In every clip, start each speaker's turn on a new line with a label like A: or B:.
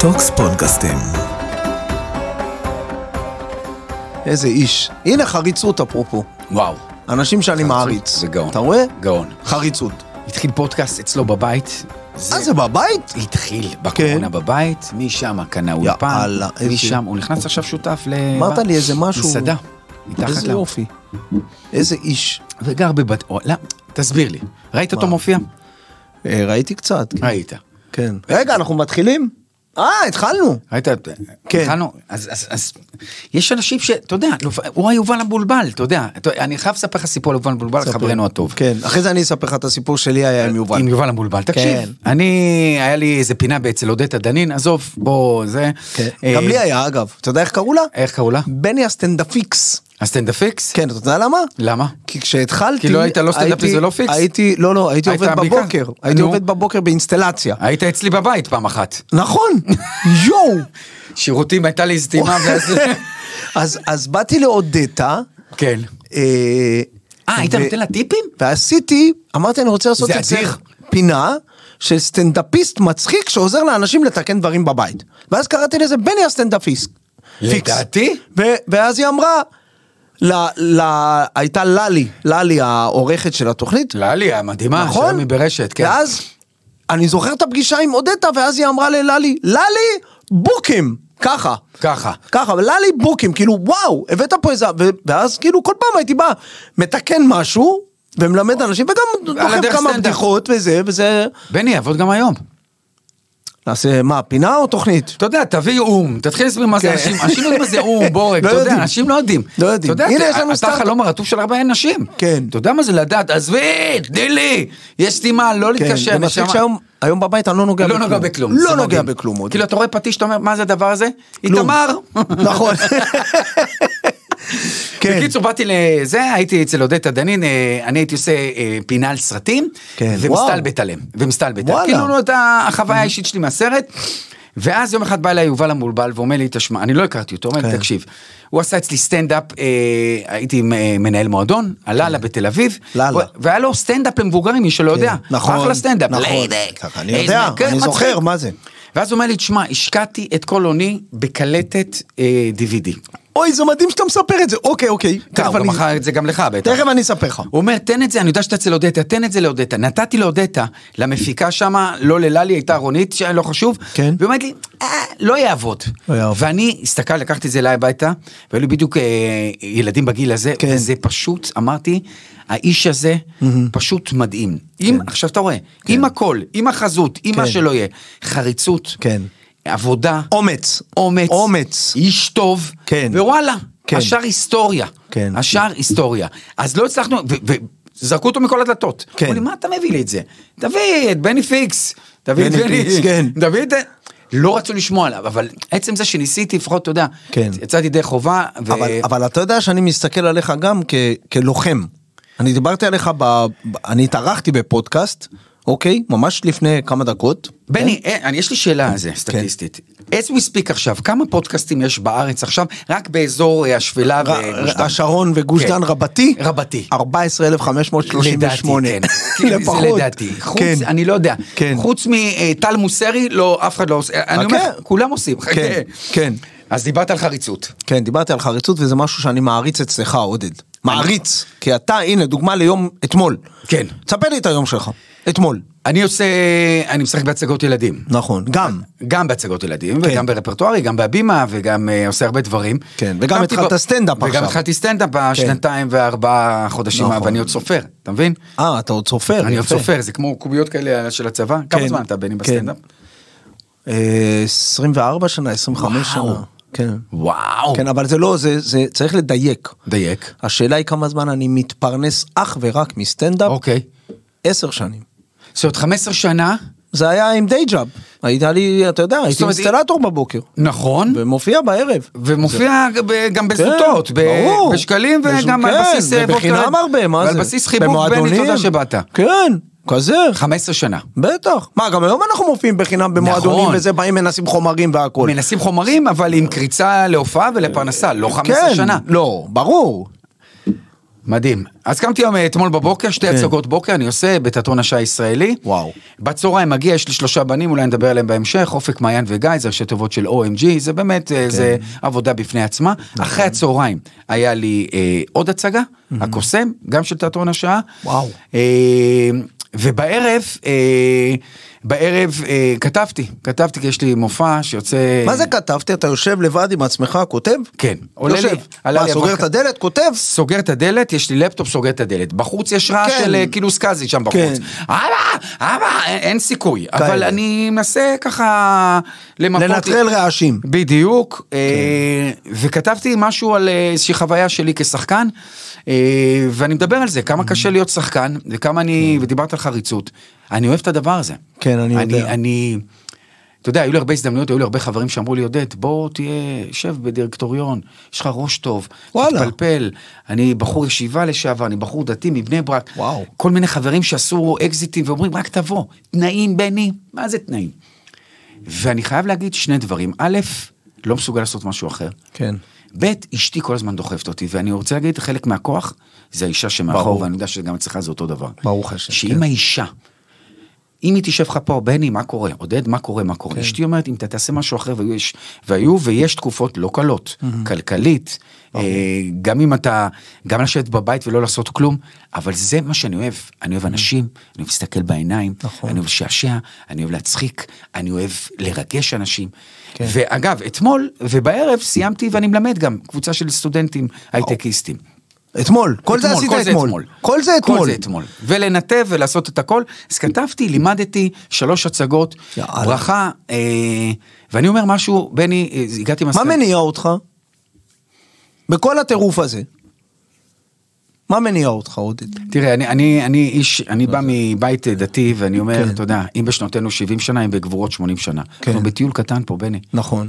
A: טוקס פודקאסטים.
B: איזה איש. הנה חריצות אפרופו.
C: וואו,
B: אנשים שאני
C: חריצות
B: מעריץ.
C: זה גאון.
B: אתה רואה?
C: גאון.
B: חריצות.
C: התחיל פודקאסט אצלו בבית.
B: אה, זה בבית?
C: התחיל בקורונה בבית, משם קנה אולפן,
B: יאללה, כן. איזה-
C: משם הוא נכנס עכשיו שותף ל...
B: אמרת לי איזה משהו.
C: מסעדה, מתחת
B: איזה
C: ל...
B: יופי. איזה איש.
C: וגר בבת... או, לא, תסביר לי, ראית אותו מופיע?
B: אה, ראיתי קצת. כן.
C: ראית.
B: כן. רגע, אנחנו מתחילים? אה, התחלנו.
C: ראית?
B: כן.
C: התחלנו, אז, אז, אז יש אנשים שאתה יודע, הוא היובל המבולבל, אתה יודע, אתה- אני חייב לספר לך סיפור על יובל המבולבל, חברנו הטוב.
B: כן. אחרי זה אני אספר לך את הסיפור שלי היה עם יובל.
C: עם יובל המבולבל,
B: כן.
C: תקשיב. אני, היה לי איזה פינה אצל עודדה דנין, עזוב, בוא, זה.
B: כן.
C: אה,
B: גם לי היה, אגב. אתה יודע איך קראו לה?
C: איך קראו לה?
B: בני הסטנדאפיקס.
C: הסטנדאפ פיקס?
B: כן, אתה יודע למה?
C: למה?
B: כי כשהתחלתי,
C: כי לא היית לא סטנדאפיסט
B: הייתי-
C: ולא פיקס?
B: הייתי, לא, לא, הייתי
C: היית
B: עובד
C: עמיקה?
B: בבוקר, הייתי
C: נו.
B: עובד בבוקר באינסטלציה.
C: היית אצלי בבית פעם אחת.
B: נכון, יואו.
C: שירותים הייתה לי סתימה ואז...
B: אז, אז באתי לאודטה,
C: כן.
B: אה,
C: אה, היית
B: ו-
C: נותן לה טיפים?
B: ועשיתי, אמרתי אני רוצה לעשות
C: זה
B: אצלך
C: אדיר.
B: פינה של סטנדאפיסט מצחיק שעוזר לאנשים לתקן דברים בבית. ואז קראתי לזה בני הסטנדאפיסט. פיקס.
C: לדעתי?
B: ו- ואז היא אמרה, ל, ל, הייתה ללי, ללי העורכת של התוכנית,
C: ללי, המדהימה,
B: נכון?
C: שלומי ברשת, כן.
B: ואז, אני זוכר את הפגישה עם אודטה, ואז היא אמרה לללי, ללי, בוקים! ככה.
C: ככה.
B: ככה, אבל ללי בוקים, כאילו, וואו, הבאת פה איזה... ו- ואז כאילו, כל פעם הייתי בא, מתקן משהו, ומלמד אנשים, וגם
C: על
B: דוחף
C: הדרך
B: כמה
C: סטנדאפ.
B: בדיחות וזה, וזה...
C: בני, יעבוד גם היום.
B: נעשה, מה, פינה או תוכנית?
C: אתה יודע, תביא אום, תתחיל להסביר מה זה
B: כן.
C: אנשים, אנשים לא יודעים מה זה אום, בורג,
B: לא
C: אתה יודע,
B: יודעים.
C: אנשים לא יודעים.
B: לא יודעים.
C: אתה יודע,
B: הנה, יש
C: אתה-
B: לנו
C: אתה
B: סטארט-אפ.
C: חלום הרטוב של הרבה נשים.
B: כן.
C: אתה יודע מה זה לדעת, עזבי, תני לי, יש סתימה, לא
B: כן,
C: להתקשר,
B: זה מצחיק
C: נשמה.
B: שהיום היום בבית אני לא נוגע
C: לא
B: בכלום.
C: נוגע בכלום.
B: לא
C: זה
B: נוגע
C: מדהים.
B: בכלום עוד.
C: כאילו, אתה רואה פטיש, אתה אומר, מה זה הדבר הזה?
B: כלום.
C: איתמר.
B: נכון. כן.
C: בקיצור, באתי לזה, הייתי אצל עודדה דנין, אה, אני הייתי עושה אה, פינה על סרטים,
B: כן,
C: ומסתלבט עליהם, ומסתלבט.
B: וואלה.
C: כאילו, לא, את החוויה האישית שלי מהסרט. ואז יום אחד בא אליי יובל המבולבל ואומר לי, תשמע, אני לא הכרתי אותו, אומר לי,
B: כן.
C: תקשיב, הוא עשה אצלי סטנדאפ, אה, הייתי עם, אה, מנהל מועדון, הללה
B: כן.
C: בתל אביב,
B: לאללה.
C: הוא- והיה לו סטנדאפ למבוגרים, מי שלא יודע,
B: נכון,
C: אחלה סטנדאפ,
B: נכון.
C: לידק,
B: ככה, אני
C: איזה-
B: יודע,
C: כן,
B: אני זוכר,
C: מצחיק.
B: מה זה?
C: ואז הוא אומר לי, תשמע, השקעתי את כל הוני בקלטת אה, DVD.
B: אוי, זה מדהים שאתה מספר את זה. אוקיי, אוקיי.
C: תכף
B: טוב,
C: אני
B: אני-
C: מכר את זה כן, גם לך בטח.
B: תכף אני אספר לך.
C: הוא אומר, תן את זה, אני יודע שאתה אצל אודטה, תן את זה לאודטה. נתתי לאודטה, למפיקה שמה, לא לללי, הייתה רונית, שלא חשוב.
B: כן.
C: והיא אומרת לי, "אה, לא יעבוד.
B: לא יעבוד.
C: ואני הסתכל, לקחתי את זה אליי הביתה, והיו לי בדיוק אה, ילדים בגיל הזה,
B: כן.
C: וזה פשוט, אמרתי, האיש הזה פשוט מדהים. אם, עכשיו אתה רואה, עם הכל, עם החזות, עם מה
B: כן.
C: שלא יהיה, חריצות,
B: כן.
C: עבודה,
B: אומץ.
C: אומץ,
B: אומץ.
C: איש טוב,
B: כן.
C: ווואלה,
B: כן.
C: השאר היסטוריה,
B: כן.
C: השאר היסטוריה. אז לא הצלחנו, ו- וזרקו אותו מכל הדלתות.
B: כן.
C: אמרו לי, מה אתה מביא לי את זה? תביא את בני פיקס, תביא את
B: בני
C: בני,
B: פיקס, כן.
C: תביא את... לא רצו לשמוע עליו, אבל עצם זה שניסיתי, לפחות, אתה יודע,
B: כן.
C: יצאתי ידי חובה, ו...
B: אבל, אבל אתה יודע שאני מסתכל עליך גם כ, כלוחם. אני דיברתי עליך, ב, ב, אני התארחתי בפודקאסט, אוקיי? ממש לפני כמה דקות.
C: בני,
B: כן.
C: אה, אני- יש לי שאלה על זה, סטטיסטית. as we speak עכשיו, כמה פודקאסטים יש בארץ עכשיו, רק באזור אה, השפלה
B: ר-
C: וגוש דן?
B: השרון וגוש
C: כן.
B: דן רבתי?
C: רבתי.
B: 14,538.
C: לדעתי, כן.
B: לפחות.
C: זה לדעתי. חוץ,
B: כן.
C: אני לא יודע.
B: כן.
C: חוץ מטל מוסרי, לא, אף אחד לא עושה. אני אומר,
B: כן.
C: כולם עושים. חכה.
B: כן, כן.
C: אז דיברת על חריצות.
B: כן, דיברתי על חריצות וזה משהו שאני מעריץ אצלך, עודד. מעריץ. כי אתה, הנה, דוגמה ליום אתמול.
C: כן.
B: תספר לי את היום שלך. אתמול.
C: אני עושה, אני משחק בהצגות ילדים.
B: נכון. גם.
C: גם בהצגות ילדים,
B: כן.
C: וגם ברפרטוארי, גם בהבימה, וגם אה, עושה הרבה דברים.
B: כן, וגם
C: הקמתי
B: התחלת
C: ב-
B: סטנדאפ עכשיו. כן.
C: וגם התחלתי סטנדאפ בשנתיים וארבעה חודשים,
B: נכון.
C: ואני עוד סופר, אתה מבין?
B: אה, אתה עוד סופר.
C: אני עוד
B: יפה.
C: סופר, זה כמו קוביות כאלה של הצבא. כמה
B: כן.
C: זמן אתה בני
B: כן.
C: בסטנדאפ?
B: אה, 24 שנה, 25
C: וואו.
B: שנה. כן.
C: וואו.
B: כן, אבל זה לא, זה, זה צריך לדייק.
C: דייק.
B: השאלה היא כמה זמן אני מתפרנס אך ורק מסטנדאפ.
C: אוקיי.
B: עשר שנים.
C: זאת אומרת, 15 שנה,
B: זה היה עם דיי ג'אב. הייתה לי, אתה יודע, הייתי
C: אומרת,
B: אינסטלטור בבוקר.
C: נכון,
B: ומופיע בערב.
C: ומופיע ב- גם בזוטות, ב-
B: כן, ברור.
C: בשקלים
B: בשוק-
C: וגם על
B: כן,
C: בסיס אה, וודקה.
B: ובחינם הרבה, מה זה?
C: ועל בסיס חיבוק, בני,
B: במועדונים.
C: תודה שבאת.
B: כן, כזה.
C: 15 שנה.
B: בטח. מה, גם היום אנחנו מופיעים בחינם במועדונים
C: נכון.
B: וזה, באים מנסים חומרים והכל.
C: מנסים חומרים, אבל עם קריצה להופעה ולפרנסה, לא 15
B: כן,
C: שנה.
B: לא, ברור.
C: מדהים. אז קמתי יום, אה, אתמול בבוקר, שתי
B: כן.
C: הצגות בוקר, אני עושה בתיאטרון השעה הישראלי.
B: וואו.
C: בצהריים מגיע, יש לי שלושה בנים, אולי נדבר עליהם בהמשך, אופק, מעיין וגיא, זה ראשי תיבות של OMG, זה באמת, כן. זה עבודה בפני עצמה.
B: נכון.
C: אחרי הצהריים היה לי אה, עוד הצגה, הקוסם, גם של תיאטרון השעה.
B: וואו.
C: אה, ובערב, אה, בערב אה, כתבתי, כתבתי, כי יש לי מופע שיוצא...
B: מה זה כתבתי? אתה יושב לבד עם עצמך, כותב?
C: אה. כן. עולה לי-
B: יושב.
C: עלה
B: מה,
C: לי
B: סוגר
C: אבק-
B: את הדלת? כותב?
C: סוגר את הדלת, יש לי לפטופ, סוגר את הדלת. בחוץ יש רעש
B: כן.
C: של אה, כאילו סקאזי שם בחוץ.
B: כן.
C: אבא, אבא, אין, אין סיכוי.
B: כאלה.
C: אבל אני מנסה ככה למפות...
B: לנטרל רעשים.
C: בדיוק, אה,
B: כן.
C: וכתבתי משהו על אה, איזושהי חוויה שלי כשחקן, אה, ואני מדבר על זה,
B: Mm-hmm.
C: כמה קשה להיות שחקן, וכמה אני, ודיברת על חריצות, אני אוהב את הדבר הזה.
B: כן, אני יודע.
C: אני, אתה יודע, היו לי הרבה הזדמנויות, היו לי הרבה חברים שאמרו לי, עודד, בוא תהיה, שב בדירקטוריון, יש לך ראש טוב,
B: וואלה.
C: תתפלפל, אני בחור ישיבה לשעבר, אני בחור דתי מבני ברק,
B: וואו.
C: כל מיני חברים שעשו אקזיטים ואומרים, רק תבוא, תנאים בני, מה זה תנאים? ואני חייב להגיד שני דברים. א', לא מסוגל לעשות משהו אחר.
B: כן.
C: ב', אשתי כל הזמן דוחפת אותי, ואני רוצה להגיד, חלק מהכוח זה האישה שמאחור,
B: ברור.
C: ואני יודע שגם אצלך זה אותו דבר.
B: ברוך השם,
C: שאם
B: כן.
C: האישה, אם היא תשב לך פה, בני, מה קורה? עודד, מה קורה? מה
B: כן.
C: קורה? אשתי אומרת, אם אתה תעשה משהו אחר, והיו, יש- והיו ויש תקופות לא קלות, כלכלית, אה,
B: אוקיי.
C: גם אם אתה, גם לשבת בבית ולא לעשות כלום, אבל זה מה שאני אוהב. אני אוהב אנשים, אני אוהב להסתכל בעיניים,
B: נכון.
C: אני אוהב לשעשע, אני אוהב להצחיק, אני אוהב לרגש אנשים.
B: כן.
C: ואגב, אתמול ובערב סיימתי ואני מלמד גם קבוצה של סטודנטים הייטקיסטים.
B: אתמול. כל זה עשית אתמול. כל זה
C: כל
B: אתמול.
C: זה אתמול. ולנתב ולעשות את הכל. אז כתבתי, לימדתי שלוש הצגות,
B: יאללה.
C: ברכה, אה, ואני אומר משהו, בני, אה, הגעתי
B: מה
C: מסקנה.
B: מניע אותך? בכל הטירוף הזה. מה מניע אותך, עודד?
C: תראה, אני, אני, אני איש, אני בא מבית אה, דתי, ואני אומר,
B: כן.
C: אתה יודע, אם בשנותינו 70 שנה, אם בגבורות 80 שנה.
B: כן.
C: אנחנו בטיול קטן פה, בני.
B: נכון.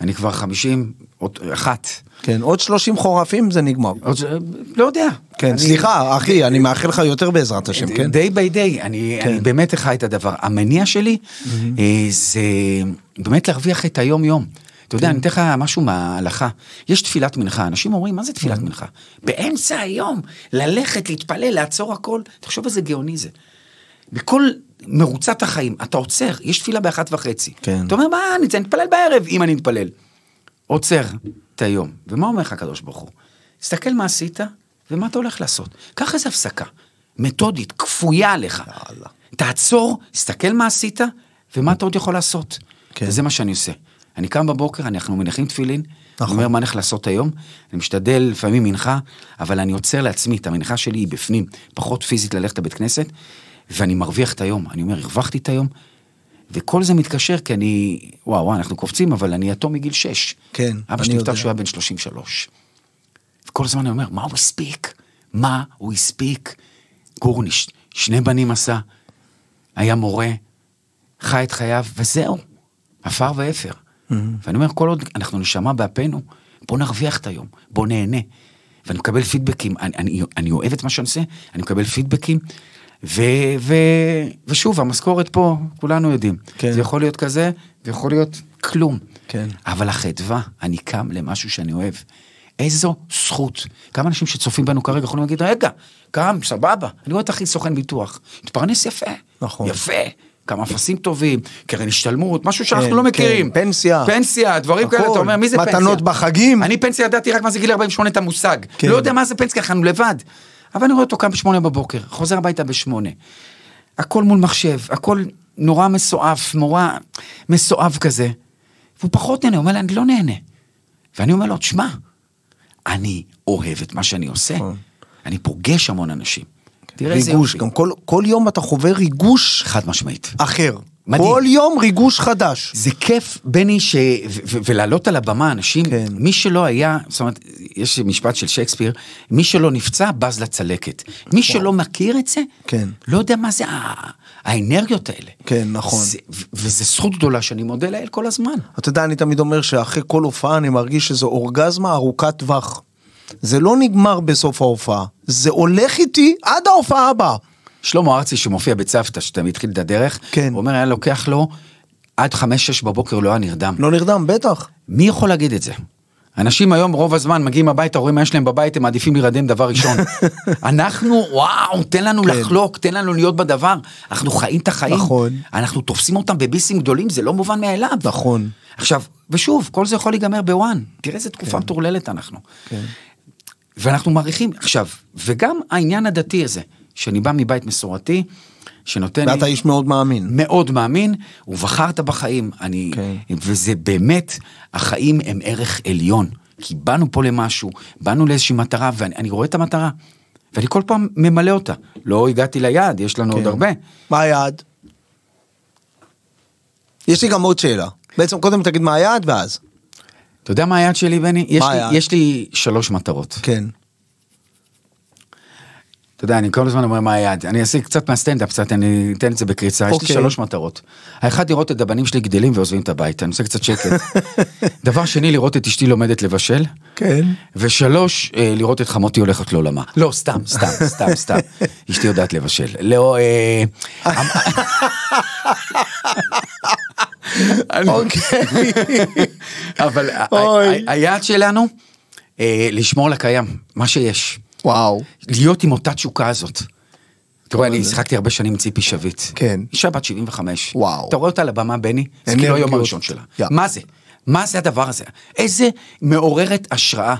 C: אני כבר 50, עוד אחת.
B: כן, עוד 30 חורפים זה נגמר.
C: עוד, לא יודע.
B: כן,
C: אני-
B: סליחה, אחי, אני מאחל לך יותר בעזרת השם, כן?
C: די ביי די, אני אני באמת חי את הדבר. המניע שלי אה, זה באמת להרוויח את היום-יום. אתה
B: כן.
C: יודע, אני אתן לך משהו מההלכה. יש תפילת מנחה, אנשים אומרים, מה זה
B: כן.
C: תפילת מנחה? באמצע היום, ללכת, להתפלל, לעצור הכל, תחשוב איזה גאוני זה. בכל מרוצת החיים, אתה עוצר, יש תפילה באחת וחצי.
B: כן.
C: אתה אומר, מה, אני אני אתפלל בערב, אם אני אתפלל. עוצר את היום. ומה אומר לך הקדוש ברוך הוא? תסתכל מה עשית ומה אתה הולך לעשות. קח איזו הפסקה, מתודית, כפויה עליך.
B: יאללה.
C: תעצור, תסתכל מה עשית ומה אתה עוד יכול לעשות.
B: כן.
C: כן. וזה מה שאני עושה. אני קם בבוקר, אנחנו מניחים תפילין,
B: נכון.
C: נכון. אומר מה אני הולך לעשות היום, אני משתדל לפעמים מנחה, אבל אני עוצר לעצמי, את המנחה שלי היא בפנים, פחות פיזית ללכת לבית כנסת, ואני מרוויח את היום, אני אומר, הרווחתי את היום, וכל זה מתקשר כי אני, וואו, וואו, אנחנו קופצים, אבל אני יתום מגיל 6.
B: כן, אני
C: אבא שלי נפטר
B: יודע.
C: כשהוא היה בן 33. וכל הזמן אני אומר, מה הוא הספיק? מה הוא הספיק? גורניש, שני בנים עשה, היה מורה, חי את חייו, וזהו, עפר ואפר.
B: Mm-hmm.
C: ואני אומר, כל עוד אנחנו נשמע באפינו, בוא נרוויח את היום, בוא נהנה. ואני מקבל פידבקים, אני, אני, אני אוהב את מה שאני עושה, אני מקבל פידבקים, ו, ו, ושוב, המשכורת פה, כולנו יודעים.
B: כן.
C: זה יכול להיות כזה, זה יכול להיות כלום.
B: כן.
C: אבל החדווה, אני קם למשהו שאני אוהב. איזו זכות. כמה אנשים שצופים בנו כרגע יכולים להגיד, רגע, קם, סבבה, אני רואה את אחי סוכן ביטוח. מתפרנס יפה.
B: נכון.
C: יפה. כמה אפסים טובים, קרן השתלמות, משהו שאנחנו
B: כן,
C: לא מכירים.
B: כן, פנסיה.
C: פנסיה, דברים כאלה,
B: הכל.
C: אתה אומר, מי זה
B: מתנות
C: פנסיה?
B: בחגים.
C: אני פנסיה ידעתי רק מה זה גיל 48 את המושג.
B: כן.
C: לא יודע מה זה פנסיה, אנחנו לבד. אבל אני רואה אותו קם בשמונה בבוקר, חוזר הביתה בשמונה. הכל מול מחשב, הכל נורא מסועף, נורא מסועף כזה. והוא פחות נהנה, הוא אומר לי, אני לא נהנה. ואני אומר לו, תשמע, אני אוהב את מה שאני עושה.
B: נכון.
C: אני פוגש המון אנשים. תראה איזה
B: ריגוש,
C: יופי.
B: גם כל- כל יום אתה חווה ריגוש
C: חד משמעית.
B: אחר.
C: מדהים.
B: כל יום ריגוש חדש.
C: זה כיף, בני, ש... ו- ו- ולעלות על הבמה אנשים,
B: כן.
C: כן. מי שלא היה, זאת אומרת, יש משפט של שייקספיר, מי שלא נפצע, בז לצלקת. מי שלא מכיר את זה,
B: כן.
C: לא יודע מה זה ה- האנרגיות האלה.
B: כן, נכון.
C: זה, ו- וזו זכות גדולה שאני מודה לאל כל הזמן.
B: אתה יודע, אני תמיד אומר שאחרי כל הופעה אני מרגיש שזו אורגזמה ארוכת טווח. זה לא נגמר בסוף ההופעה, זה הולך איתי עד ההופעה הבאה.
C: שלמה ארצי שמופיע בצוותא, שתמיד התחיל את הדרך,
B: כן.
C: הוא אומר, היה לוקח לו, עד חמש-שש בבוקר לא היה נרדם.
B: לא נרדם, בטח.
C: מי יכול להגיד את זה? אנשים היום רוב הזמן מגיעים הביתה, רואים מה יש להם בבית, הם מעדיפים להירדם דבר ראשון. אנחנו, וואו, תן לנו
B: כן.
C: לחלוק, תן לנו להיות בדבר. אנחנו חיים את החיים.
B: נכון.
C: אנחנו תופסים אותם בביסים גדולים, זה לא מובן מאליו.
B: נכון.
C: עכשיו, ושוב, כל זה יכול להיגמר בוואן. תראה איזה תקופה מטורללת אנחנו.
B: כן.
C: ואנחנו מעריכים, עכשיו, וגם העניין הדתי הזה, שאני בא מבית מסורתי, שנותן
B: ואתה איש מאוד מאמין.
C: מאוד מאמין, ובחרת בחיים. אני,
B: כן.
C: okay. וזה באמת, החיים הם ערך עליון. כי באנו פה למשהו, באנו לאיזושהי מטרה, ואני אני רואה את המטרה. ואני כל פעם ממלא אותה. לא הגעתי ליעד, יש לנו כן. עוד
B: כן.
C: הרבה.
B: מה היעד? יש לי גם עוד שאלה. בעצם קודם תגיד מה היעד ואז.
C: אתה יודע מה היעד שלי, בני? יש,
B: היעד?
C: לי, יש לי שלוש מטרות.
B: כן.
C: אתה יודע, אני כל הזמן אומר מה היעד. אני אעשה קצת מהסטנדאפ, קצת, אני אתן את זה בקריצה. יש לי
B: אוקיי.
C: שלוש מטרות. האחד, לראות את הבנים שלי גדלים ועוזבים את הבית. אני עושה קצת שקט. דבר שני, לראות את אשתי לומדת לבשל.
B: כן.
C: ושלוש, אה, לראות את חמותי הולכת לעולמה. לא, סתם, סתם, סתם, סתם. אשתי יודעת לבשל. לא, אה... אני-
B: אוקיי.
C: אמ- אבל ה-
B: אוי.
C: ה- היעד שלנו, אה, לשמור על הקיים, מה שיש.
B: וואו.
C: להיות עם אותה תשוקה הזאת. אתה רואה, אני השחקתי הרבה שנים עם ציפי שביט.
B: כן.
C: אישה בת 75.
B: וואו.
C: אתה רואה אותה על הבמה, בני? זה
B: אנרגיות.
C: כאילו היום הראשון שלה.
B: יא.
C: מה זה? מה זה הדבר הזה? איזה מעוררת השראה.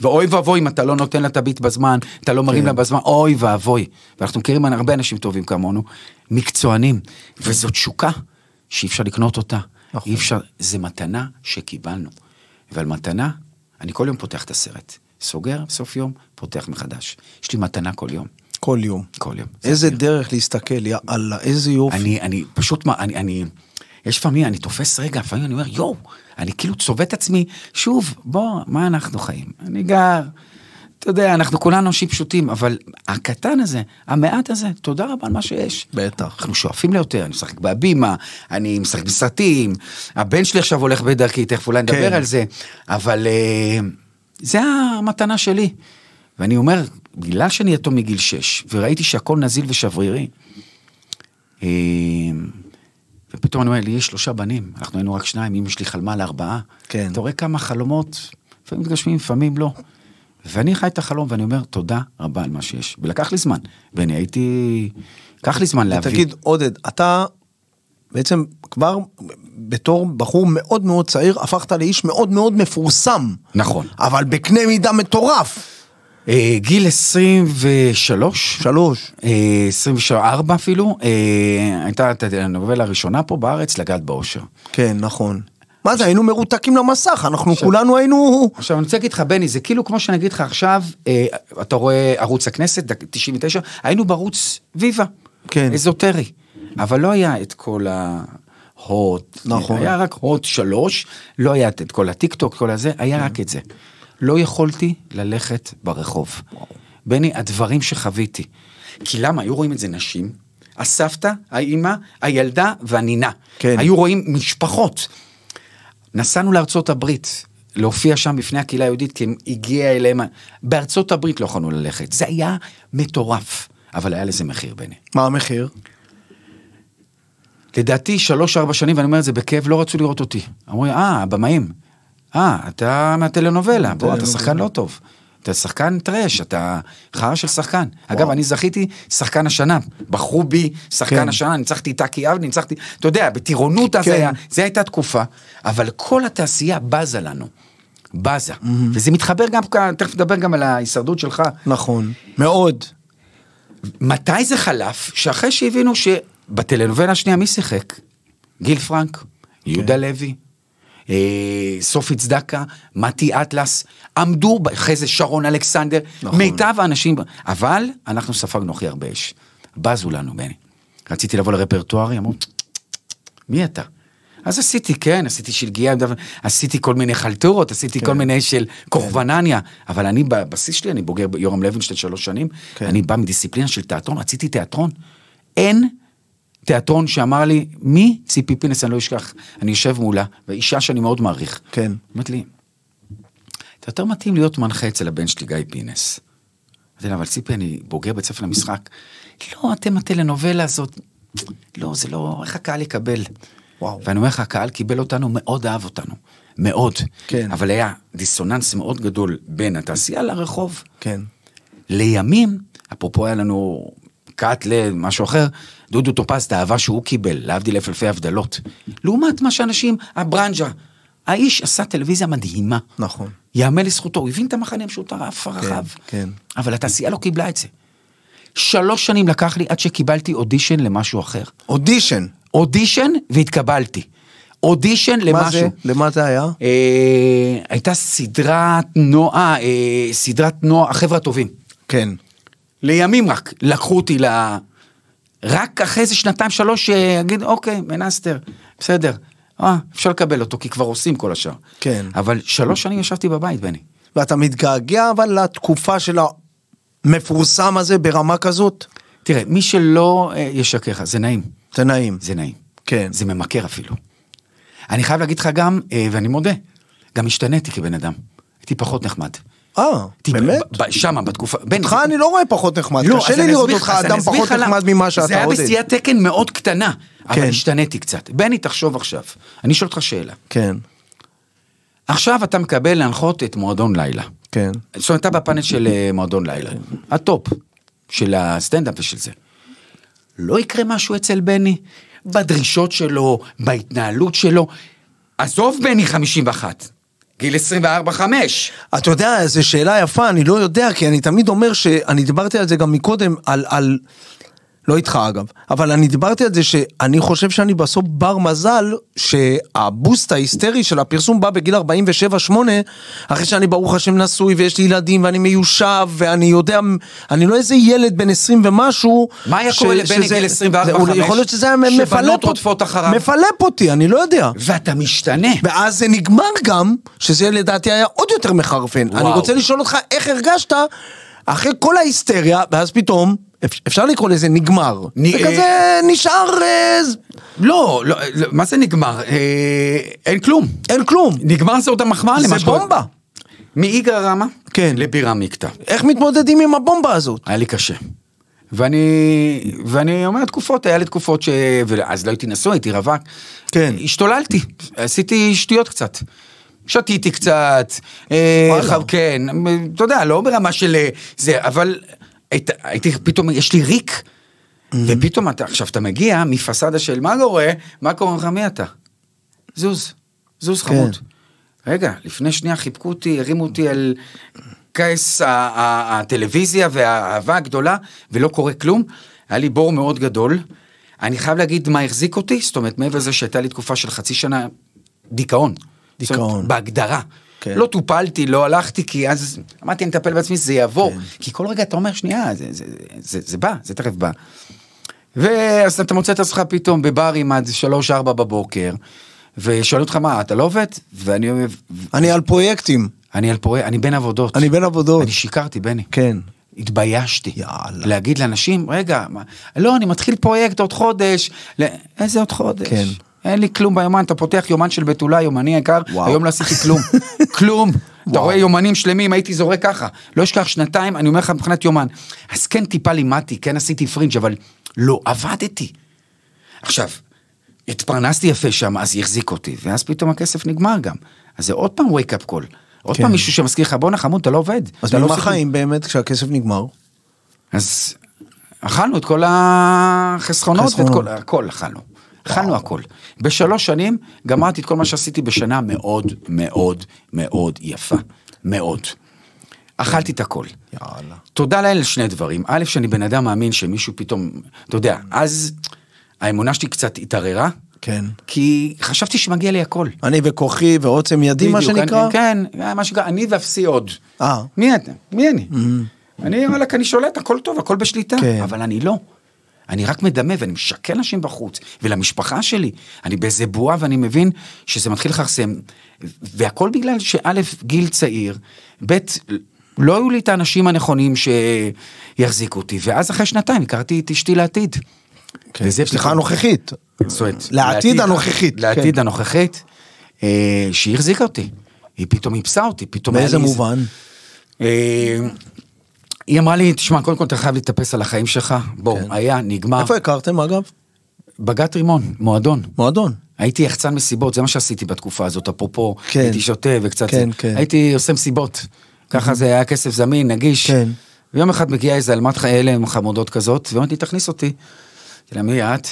C: ואוי ואבוי אם אתה לא נותן לה את הביט בזמן, אתה לא
B: כן.
C: מרים לה בזמן, אוי ואבוי. ואנחנו מכירים הרבה אנשים טובים כמונו, מקצוענים, וזו תשוקה שאי אפשר לקנות אותה.
B: נכון.
C: אי אפשר, זה מתנה שקיבלנו. ועל מתנה, אני כל יום פותח את הסרט. סוגר, סוף יום, פותח מחדש. יש לי מתנה כל יום.
B: כל יום.
C: כל יום. זה
B: איזה דרך להסתכל, יא אללה, איזה יופי.
C: אני, אני פשוט, מה, אני, אני, יש פעמים, אני תופס רגע, לפעמים אני אומר, יואו, אני כאילו צובט את עצמי, שוב, בוא, מה אנחנו חיים? אני גר, אתה יודע, אנחנו כולנו אנשים פשוטים, אבל הקטן הזה, המעט הזה, תודה רבה על מה שיש.
B: בטח.
C: אנחנו שואפים ליותר, אני משחק בהבימה, אני משחק בסרטים, הבן שלי עכשיו הולך בדרכי, תכף אולי נדבר
B: כן.
C: על זה, אבל אה, זה המתנה שלי. ואני אומר, בגלל שאני יתום מגיל שש, וראיתי שהכל נזיל ושברירי, אה, ופתאום אני אומר, לי יש שלושה בנים, אנחנו היינו רק שניים, אמא שלי חלמה על ארבעה.
B: כן.
C: אתה רואה כמה חלומות, לפעמים מתגשמים, לפעמים לא. ואני חי את החלום ואני אומר, תודה רבה על מה שיש. ולקח לי זמן, ואני הייתי... לקח לי זמן להבין.
B: תגיד, עודד, אתה בעצם כבר בתור בחור מאוד מאוד צעיר, הפכת לאיש מאוד מאוד מפורסם.
C: נכון.
B: אבל בקנה מידה מטורף.
C: אה, גיל 23,
B: שלוש.
C: אה, 24 אפילו, אה, הייתה את הנובלה הראשונה פה בארץ, לגעת באושר.
B: כן, נכון. מה זה, היינו מרותקים למסך, אנחנו כולנו היינו...
C: עכשיו אני רוצה להגיד לך, בני, זה כאילו כמו שאני אגיד לך עכשיו, אה, אתה רואה ערוץ הכנסת, דק- 99, היינו בערוץ ויווה.
B: כן.
C: אזוטרי. אבל לא היה את כל ההוט.
B: נכון.
C: היה רק הוט שלוש, לא היה את כל הטיק טוק, כל הזה,
B: כן.
C: היה רק את זה. לא יכולתי ללכת ברחוב. בני, הדברים שחוויתי. כי למה? היו רואים את זה נשים, הסבתא, האימא, הילדה והנינה.
B: כן.
C: היו רואים משפחות. נסענו לארצות הברית, להופיע שם בפני הקהילה היהודית, כי הם הגיע אליהם, בארצות הברית לא יכולנו ללכת, זה היה מטורף, אבל היה לזה מחיר בני.
B: מה המחיר?
C: לדעתי שלוש-ארבע שנים, ואני אומר את זה בכאב, לא רצו לראות אותי. אמרו לי, אה, הבמאים. אה, אתה מהטלנובלה, בוא, אתה שחקן לא טוב. אתה שחקן טרש, אתה חרא של שחקן. אגב, אני זכיתי שחקן השנה. בחרו בי
B: כן.
C: שחקן השנה, ניצחתי טאקי אב, ניצחתי, אתה יודע, בטירונות אז
B: כן.
C: היה, זו הייתה תקופה, אבל כל התעשייה בזה לנו. בזה. וזה מתחבר גם, כאן, תכף נדבר גם על ההישרדות שלך.
B: נכון. מאוד.
C: מתי זה חלף? שאחרי שהבינו שבטלנובלה השנייה מי שיחק? גיל פרנק, יהודה לוי, אה, סופי צדקה, מתי אטלס, עמדו, ב- אחרי זה שרון אלכסנדר,
B: נכון.
C: נכון. מיטב האנשים, ב- אבל אנחנו ספגנו הכי הרבה אש. בזו לנו, בני. רציתי לבוא לרפרטוארי, אמרו, מי אתה? אז עשיתי, כן, עשיתי שלגיה, דבר- עשיתי כל מיני חלטורות, עשיתי
B: כן.
C: כל מיני של קורבנניה, אבל אני בבסיס שלי, אני בוגר ב- יורם לוינשטיין שלוש שנים,
B: כן.
C: אני בא מדיסציפלינה של תיאטרון, רציתי תיאטרון. אין תיאטרון שאמר לי, מי ציפי פינס, אני לא אשכח, אני יושב מולה, ואישה שאני מאוד מעריך.
B: כן.
C: אומרת לי, אתה יותר מתאים להיות מנחה אצל הבן שלי, גיא פינס. אמרתי לה, אבל ציפי, אני בוגר בית ספר למשחק. לא, אתם הטלנובלה הזאת. לא, זה לא, איך הקהל יקבל?
B: וואו.
C: ואני אומר לך, הקהל קיבל אותנו, מאוד אהב אותנו. מאוד.
B: כן.
C: אבל היה דיסוננס מאוד גדול בין התעשייה לרחוב.
B: כן.
C: לימים, אפרופו היה לנו קאטלה, משהו אחר, דודו טופז, את האהבה שהוא קיבל, להבדיל אלף אלפי הבדלות. לעומת מה שאנשים, הברנז'ה, האיש עשה טלוויזיה מדהימה.
B: נכון.
C: יאמר לזכותו, הוא הבין את המחנה המשותף הרחב.
B: כן.
C: אבל התעשייה לא קיבלה את זה. שלוש שנים לקח לי עד שקיבלתי אודישן למשהו אחר.
B: אודישן.
C: אודישן והתקבלתי. אודישן למשהו.
B: מה זה? למה זה היה?
C: אה, הייתה סדרת נועה, אה, סדרת נועה, החבר'ה הטובים.
B: כן.
C: לימים רק לקחו אותי ל... רק אחרי איזה שנתיים שלוש שיגיד אוקיי מנסטר בסדר אה, אפשר לקבל אותו כי כבר עושים כל השאר.
B: כן.
C: אבל שלוש שנים ישבתי בבית בני.
B: ואתה מתגעגע אבל לתקופה של המפורסם הזה ברמה כזאת?
C: תראה מי שלא אה, ישקר לך זה נעים
B: זה נעים.
C: זה נעים.
B: כן.
C: זה ממכר אפילו. אני חייב להגיד לך גם אה, ואני מודה גם השתניתי כבן אדם. הייתי פחות נחמד.
B: אה,
C: הייתי ב-
B: באמת?
C: ב- שמה בתקופה. בני,
B: אותך
C: זה-
B: אני לא רואה פחות נחמד,
C: לא,
B: קשה
C: אז
B: לי
C: אני
B: לראות
C: אסביר
B: אותך
C: אז אני
B: אדם
C: אסביר
B: פחות
C: לך למה.
B: נחמד ממה שאתה
C: זה היה
B: עודד.
C: בסטיית תקן מאוד קטנה, אבל
B: כן.
C: השתניתי קצת. בני, תחשוב עכשיו, אני שואל אותך שאלה.
B: כן,
C: עכשיו אתה מקבל להנחות את מועדון לילה.
B: כן,
C: זאת אומרת, אתה בפאנל של אה, מועדון לילה, הטופ של הסטנדאפ ושל זה. לא יקרה משהו אצל בני, בדרישות שלו, בהתנהלות שלו. עזוב בני 51, גיל 24-5.
B: אתה יודע, זו שאלה יפה, אני לא יודע, כי אני תמיד אומר ש... אני דיברתי על זה גם מקודם, על... על... לא איתך אגב, אבל אני דיברתי על זה שאני חושב שאני בסוף בר מזל שהבוסט ההיסטרי של הפרסום בא בגיל 47-8 אחרי שאני ברוך השם נשוי ויש לי ילדים ואני מיושב ואני יודע, אני לא איזה ילד בן 20 ומשהו.
C: מה היה קורה לבני
B: שזה-
C: גיל 24-5?
B: זה- יכול להיות שזה היה
C: שבנות
B: מפלפ
C: רודפות אחריו.
B: מפלפ אותי, אני לא יודע.
C: ואתה משתנה.
B: ואז זה נגמר גם, שזה לדעתי היה עוד יותר מחרפן.
C: וואו.
B: אני רוצה לשאול אותך, איך הרגשת אחרי כל ההיסטריה, ואז פתאום, אפ- אפשר לקרוא לזה נגמר.
C: נ-
B: זה כזה נשאר, אה, ז-
C: לא, לא, לא, מה זה נגמר? אה, אין כלום.
B: אין כלום.
C: נגמר זה עוד המחמאה
B: אה, זה
C: למה שקורה.
B: בומבה.
C: מאיגרא רמא
B: כן.
C: לבירה מקטע.
B: איך מתמודדים עם הבומבה הזאת?
C: היה לי קשה. ואני, ואני אומר תקופות, היה לי תקופות ש... אז לא הייתי נשוי, הייתי רווק.
B: כן.
C: השתוללתי, עשיתי שטויות קצת. שתיתי קצת, אה,
B: וואלה.
C: חב, כן, אתה יודע, לא ברמה של אה, זה, אבל היית, הייתי, פתאום יש לי ריק, ופתאום אתה, עכשיו אתה מגיע מפסאדה של מה קורה, מה קורה לך, מי אתה? זוז,
B: כן.
C: זוז חמוד. רגע, לפני שנייה חיבקו אותי, הרימו אותי על כס ה- ה- הטלוויזיה והאהבה הגדולה, ולא קורה כלום. היה לי בור מאוד גדול. אני חייב להגיד מה החזיק אותי, זאת אומרת, מעבר לזה שהייתה לי תקופה של חצי שנה, דיכאון. זאת אומרת,
B: דיכאון.
C: בהגדרה.
B: כן.
C: לא טופלתי, לא הלכתי, כי אז אמרתי, אני אטפל בעצמי, זה
B: כן.
C: יעבור. כי כל רגע אתה אומר, שנייה, זה, זה, זה, זה בא, זה תכף בא. ואז אתה מוצא את עצמך פתאום בברים עד 3-4 בבוקר, ושואלים אותך מה, אתה לא עובד? ואני אומר,
B: אני על פרויקטים,
C: אני על פרויקט, אני בין עבודות.
B: אני בין עבודות.
C: אני שיקרתי, בני.
B: כן.
C: התביישתי.
B: יאללה.
C: להגיד לאנשים, רגע, מה, לא, אני מתחיל פרויקט עוד חודש. לא, איזה עוד חודש?
B: כן.
C: אין לי כלום ביומן, אתה פותח יומן של בתולה, יומני היקר,
B: וואו.
C: היום לא עשיתי כלום. כלום. אתה רואה יומנים שלמים, הייתי זורק ככה. לא אשכח שנתיים, אני אומר לך מבחינת יומן. אז כן טיפה לימדתי, כן עשיתי פרינג', אבל לא עבדתי. עכשיו, התפרנסתי יפה שם, אז היא החזיק אותי, ואז פתאום הכסף נגמר גם. אז זה עוד פעם wake up call. עוד
B: כן.
C: פעם מישהו שמזכיר לך, בואנה חמוד, אתה לא עובד.
B: אז
C: אתה לא
B: ממה
C: עושה כלום."
B: חיים באמת כשהכסף נגמר?
C: אז אכלנו את כל החסכונות, ואת
B: חסכונות.
C: כל, הכל אכלנו. אכלנו הכל. בשלוש שנים גמרתי את כל מה שעשיתי בשנה מאוד מאוד מאוד יפה. מאוד. אכלתי את הכל.
B: יאללה.
C: תודה לאל על שני דברים. א', שאני בן אדם מאמין שמישהו פתאום, אתה יודע, אז האמונה שלי קצת התערערה.
B: כן.
C: כי חשבתי שמגיע לי הכל.
B: אני וכוחי ועוצם ידי מה
C: בדיוק,
B: שנקרא?
C: אני, כן, מה שנקרא, אני ואפסי עוד.
B: אה. Mm-hmm.
C: מי אתה? מי אני? אני, וואלכ, אני שולט, הכל טוב, הכל בשליטה.
B: כן.
C: אבל אני לא. אני רק מדמה ואני משקר לאנשים בחוץ, ולמשפחה שלי. אני באיזה בועה ואני מבין שזה מתחיל לכרסם. והכל בגלל שא', גיל צעיר, ב', לא היו לי את האנשים הנכונים שיחזיקו אותי. ואז אחרי שנתיים הכרתי את אשתי לעתיד.
B: כן.
C: וזה
B: סליחה
C: פתאום-
B: הנוכחית.
C: זאת אומרת,
B: לעתיד הנוכחית.
C: לעתיד
B: כן.
C: הנוכחית, אה, שהיא החזיקה אותי. היא פתאום איפסה אותי, פתאום... היה
B: באיזה
C: לי איזה-
B: מובן?
C: אה, היא אמרה לי, תשמע, קודם כל אתה חייב להתאפס על החיים
B: כן. אה.
C: שלך. בוא, היה, נגמר.
B: איפה הכרתם אגב?
C: בגת רימון, מועדון.
B: מועדון.
C: הייתי יחצן מסיבות, זה מה שעשיתי בתקופה הזאת, אפרופו,
B: כן.
C: הייתי שותה וקצת
B: כן,
C: זה.
B: כן.
C: הייתי עושה מסיבות, ככה זה היה כסף זמין, נגיש.
B: כן.
C: ויום אחד מגיעה איזה אלמת ח- הלם חמודות כזאת, ואמרתי, תכניס אותי. אמרתי לה, מי את?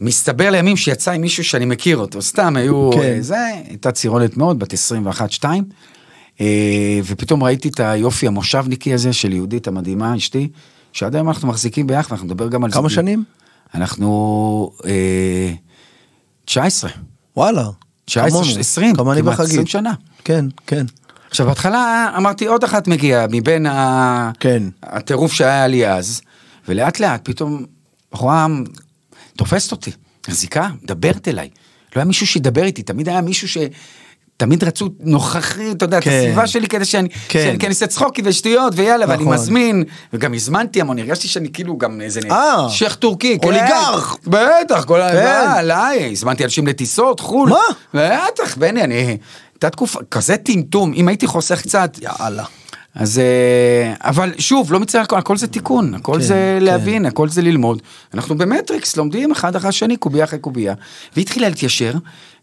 C: מסתבר לימים שיצא עם מישהו שאני מכיר אותו, סתם היו,
B: כן.
C: כן. זה, הייתה צירולת מאוד, בת 21-2, אה, ופתאום ראיתי את היופי המושבניקי הזה של יהודית המדהימה, אשתי, שעד היום אנחנו מחזיקים ביחד, אנחנו נדבר גם על זה.
B: כמה שנים?
C: אנחנו אה, 19.
B: וואלה.
C: 19,
B: כמונו.
C: 20,
B: גם אני
C: כמעט
B: בחגית.
C: 20 שנה.
B: כן, כן.
C: עכשיו בהתחלה אמרתי עוד אחת מגיעה מבין ה...
B: כן.
C: הטירוף שהיה לי אז, ולאט לאט פתאום רואה תופסת אותי, מחזיקה, מדברת אליי. לא היה מישהו שידבר איתי, תמיד היה מישהו ש... תמיד רצו נוכחי, אתה יודע,
B: כן.
C: את הסביבה שלי כדי שאני,
B: כן.
C: שאני כן אעשה צחוקים ושטויות ויאללה, ואני
B: נכון.
C: מזמין, וגם הזמנתי המון, הרגשתי שאני כאילו גם איזה
B: אה,
C: שייח טורקי, כן.
B: אוליגרך.
C: בטח, כל ה...
B: כן.
C: אה, עליי, הזמנתי אנשים לטיסות, חו"ל.
B: מה?
C: בטח, בני, אני... הייתה תקופה, כזה טמטום, אם הייתי חוסך קצת,
B: יאללה.
C: אז אה, אבל שוב, לא מצטער, הכל, הכל זה תיקון, הכל
B: כן,
C: כן, זה
B: כן.
C: כן. להבין, הכל זה ללמוד. אנחנו במטריקס לומדים אחד אחרי השני, קובייה אחרי קובייה. והיא התחילה להתיישר,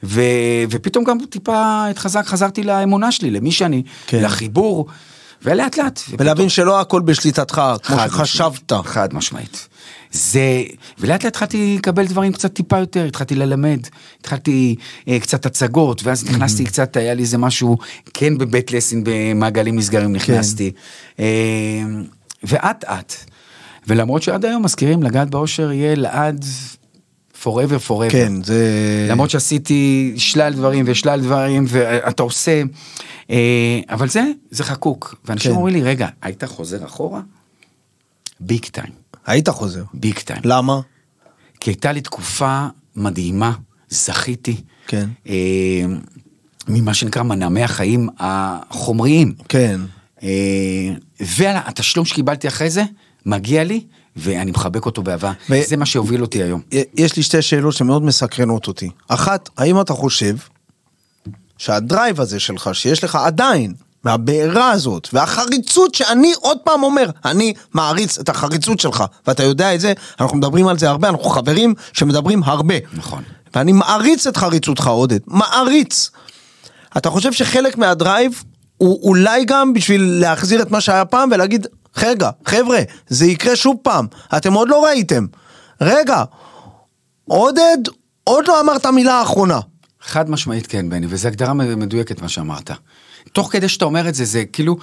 C: ו, ופתאום גם טיפה התחזק, חזרתי לאמונה שלי, למי שאני,
B: כן.
C: כן. לחיבור, ולאט לאט.
B: ולהבין שלא הכל בשליטתך, כמו
C: חד
B: שחשבת.
C: משמעית, חד משמעית. זה, ולאט לאט התחלתי לקבל דברים קצת טיפה יותר, התחלתי ללמד, התחלתי אה, קצת הצגות, ואז נכנסתי קצת, היה לי איזה משהו, כן בבית לסין במעגלים
B: כן.
C: נסגרים נכנסתי. אה, ואט אט, ולמרות שעד היום מזכירים לגעת באושר יהיה לעד forever forever.
B: כן, זה...
C: למרות שעשיתי שלל דברים ושלל דברים ואתה עושה, אה, אבל זה, זה חקוק. ואנשים
B: כן.
C: אומרים לי, רגע, היית חוזר אחורה? ביג טיים,
B: היית חוזר.
C: ביג טיים.
B: למה?
C: כי הייתה לי תקופה מדהימה, זכיתי.
B: כן.
C: אה, ממה שנקרא מנעמי החיים החומריים.
B: כן.
C: אה, והתשלום שקיבלתי אחרי זה, מגיע לי, ואני מחבק אותו באהבה.
B: ו-
C: זה מה שהוביל אותי היום.
B: יש לי שתי שאלות שמאוד מסקרנות אותי. אחת, האם אתה חושב שהדרייב הזה שלך, שיש לך עדיין, מהבעירה הזאת, והחריצות שאני עוד פעם אומר, אני מעריץ את החריצות שלך, ואתה יודע את זה, אנחנו מדברים על זה הרבה, אנחנו חברים שמדברים הרבה.
C: נכון.
B: ואני מעריץ את חריצותך, עודד, מעריץ. אתה חושב שחלק מהדרייב הוא אולי גם בשביל להחזיר את מה שהיה פעם ולהגיד, רגע, חבר'ה, זה יקרה שוב פעם, אתם עוד לא ראיתם. רגע, עודד עוד לא אמר את המילה האחרונה.
C: חד משמעית כן, בני, וזו הגדרה מדויקת מה שאמרת. תוך כדי שאתה אומר את זה, זה כאילו,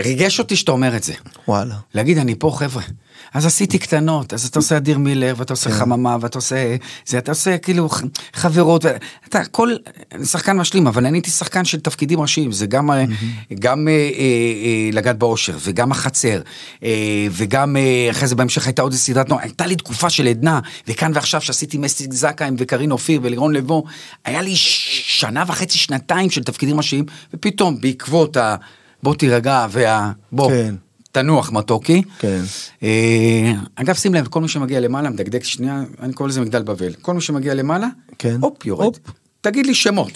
C: ריגש אותי שאתה אומר את זה.
B: וואלה.
C: להגיד, אני פה, חבר'ה. אז עשיתי קטנות, אז אתה עושה אדיר מילר, ואתה עושה חממה, ואתה עושה זה, אתה עושה כאילו ח- חברות, ואתה כל, אני שחקן משלים, אבל אני הייתי שחקן של תפקידים ראשיים, זה גם, אה, גם אה, אה, אה, לגעת באושר, וגם החצר, אה, וגם אה, אחרי זה בהמשך הייתה עוד איזה סדרת נוער, הייתה לי תקופה של עדנה, וכאן ועכשיו שעשיתי מסטיק זקהיים וקרין אופיר ולירון לבו, היה לי ש- שנה וחצי, שנתיים של תפקידים ראשיים, ופתאום בעקבות ה... בוא תירגע, וה... בוא,
B: כן.
C: תנוח מתוקי.
B: כן.
C: אה, אגב, שים לב, כל מי שמגיע למעלה, מדקדק שנייה, אני קורא לזה מגדל בבל. כל מי שמגיע למעלה,
B: כן.
C: הופ, יורד.
B: הופ.
C: תגיד לי שמות,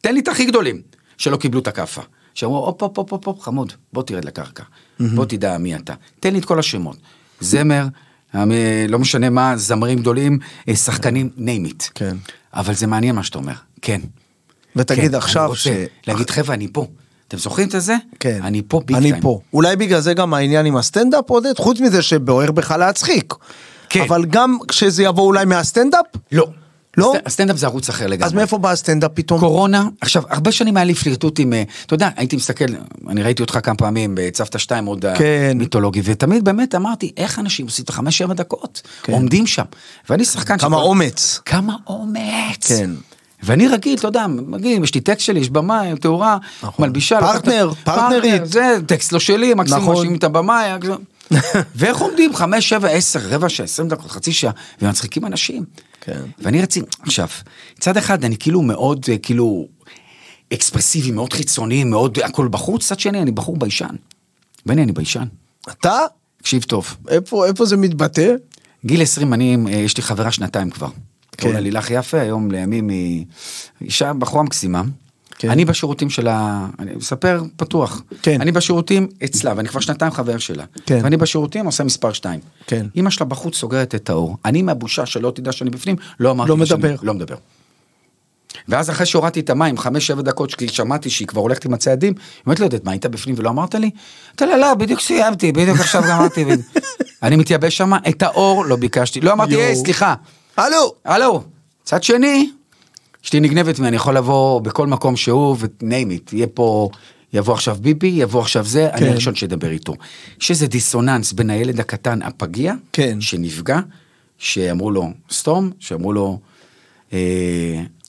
C: תן לי את הכי גדולים, שלא קיבלו את הכאפה. שאמרו, הופ, הופ, הופ, הופ, הופ, חמוד, בוא תרד לקרקע, בוא תדע מי אתה. תן לי את כל השמות. זמר, המ- לא משנה מה, זמרים גדולים, אה, שחקנים, name it.
B: כן.
C: אבל זה מעניין מה שאתה אומר, כן.
B: ותגיד
C: כן, אני
B: עכשיו
C: רוצה
B: ש...
C: להגיד, חבר'ה, אני פה. אתם זוכרים את זה?
B: כן.
C: אני פה ביג
B: אני
C: טיים.
B: פה. אולי בגלל זה גם העניין עם הסטנדאפ, עודד, חוץ מזה שבוער בך להצחיק.
C: כן.
B: אבל גם כשזה יבוא אולי מהסטנדאפ,
C: לא.
B: לא?
C: הסט- הסטנדאפ זה ערוץ אחר לגמרי.
B: אז מאיפה בא הסטנדאפ פתאום?
C: קורונה, עכשיו, הרבה שנים היה לי פלירטוט עם, אה, אתה יודע, הייתי מסתכל, אני ראיתי אותך כמה פעמים בצוותא 2 עוד
B: כן.
C: המיתולוגי, ותמיד באמת אמרתי, איך אנשים עושים את החמש-שבע דקות,
B: כן.
C: עומדים שם. ואני שחקן...
B: כמה
C: שכל-
B: אומץ.
C: כמה אומץ.
B: כן.
C: ואני רגיל, אתה יודע, מגיעים, יש לי טקסט שלי, יש במה, תאורה,
B: נכון.
C: מלבישה.
B: פרטנר,
C: לקחת-
B: פרטנרית.
C: פרטנר, זה טקסט לא שלי, מקסימום
B: נכון.
C: מאשים את הבמאי. ואיך עומדים חמש, שבע, עשר, רבע שעה, עשרים דקות, חצי שעה, ומצחיקים אנשים.
B: כן.
C: ואני רציתי, עכשיו, מצד אחד אני כאילו מאוד, אה, כאילו, אקספרסיבי, מאוד חיצוני, מאוד הכל בחוץ, מצד שני אני בחור ביישן. בני, אני ביישן.
B: אתה?
C: תקשיב טוב.
B: איפה, איפה זה מתבטא?
C: גיל 20, אני, אה, יש לי חברה שנתיים כבר. קוראים לה
B: כן.
C: לילך יפה, היום לימים היא אישה, בחורה מקסימה.
B: כן.
C: אני בשירותים שלה, אני מספר פתוח.
B: כן.
C: אני בשירותים אצלה, ואני כבר שנתיים חבר שלה.
B: כן.
C: ואני בשירותים עושה מספר שתיים.
B: כן.
C: אמא שלה בחוץ סוגרת את האור. אני מהבושה שלא תדע שאני בפנים, לא אמרתי
B: לא
C: לה שאני-
B: מדבר.
C: לא מדבר. ואז אחרי שהורדתי את המים, חמש-שבע דקות, כי שמעתי שהיא כבר הולכת עם הצעדים, היא אומרת לי, עודד, מה, היית בפנים ולא אמרת לי? אמרתי לה, לא, בדיוק סיימתי, בדיוק עכשיו גמרתי. אני מתייבש שם, את האור לא ביקשתי, לא אמרתי,
B: יואו.
C: היי, סליחה.
B: הלו!
C: הלו, צד שני, אשתי נגנבת ממני, אני יכול לבוא בכל מקום שהוא, ו-name it, יהיה פה, יבוא עכשיו ביבי, יבוא עכשיו זה,
B: כן.
C: אני הראשון שידבר איתו. יש איזה דיסוננס בין הילד הקטן, הפגיע,
B: כן.
C: שנפגע, שאמרו לו סתום, שאמרו לו, אה,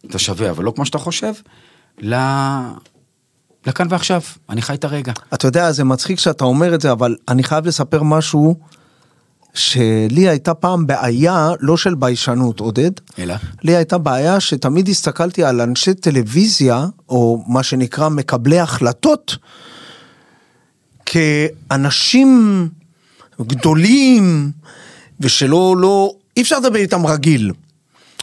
C: אתה שווה, אבל לא כמו שאתה חושב, ל... לכאן ועכשיו, אני חי את הרגע.
B: אתה יודע, זה מצחיק שאתה אומר את זה, אבל אני חייב לספר משהו שלי הייתה פעם בעיה, לא של ביישנות, עודד.
C: אלא?
B: לי הייתה בעיה שתמיד הסתכלתי על אנשי טלוויזיה, או מה שנקרא מקבלי החלטות, כאנשים גדולים, ושלא, לא, אי אפשר לדבר איתם רגיל.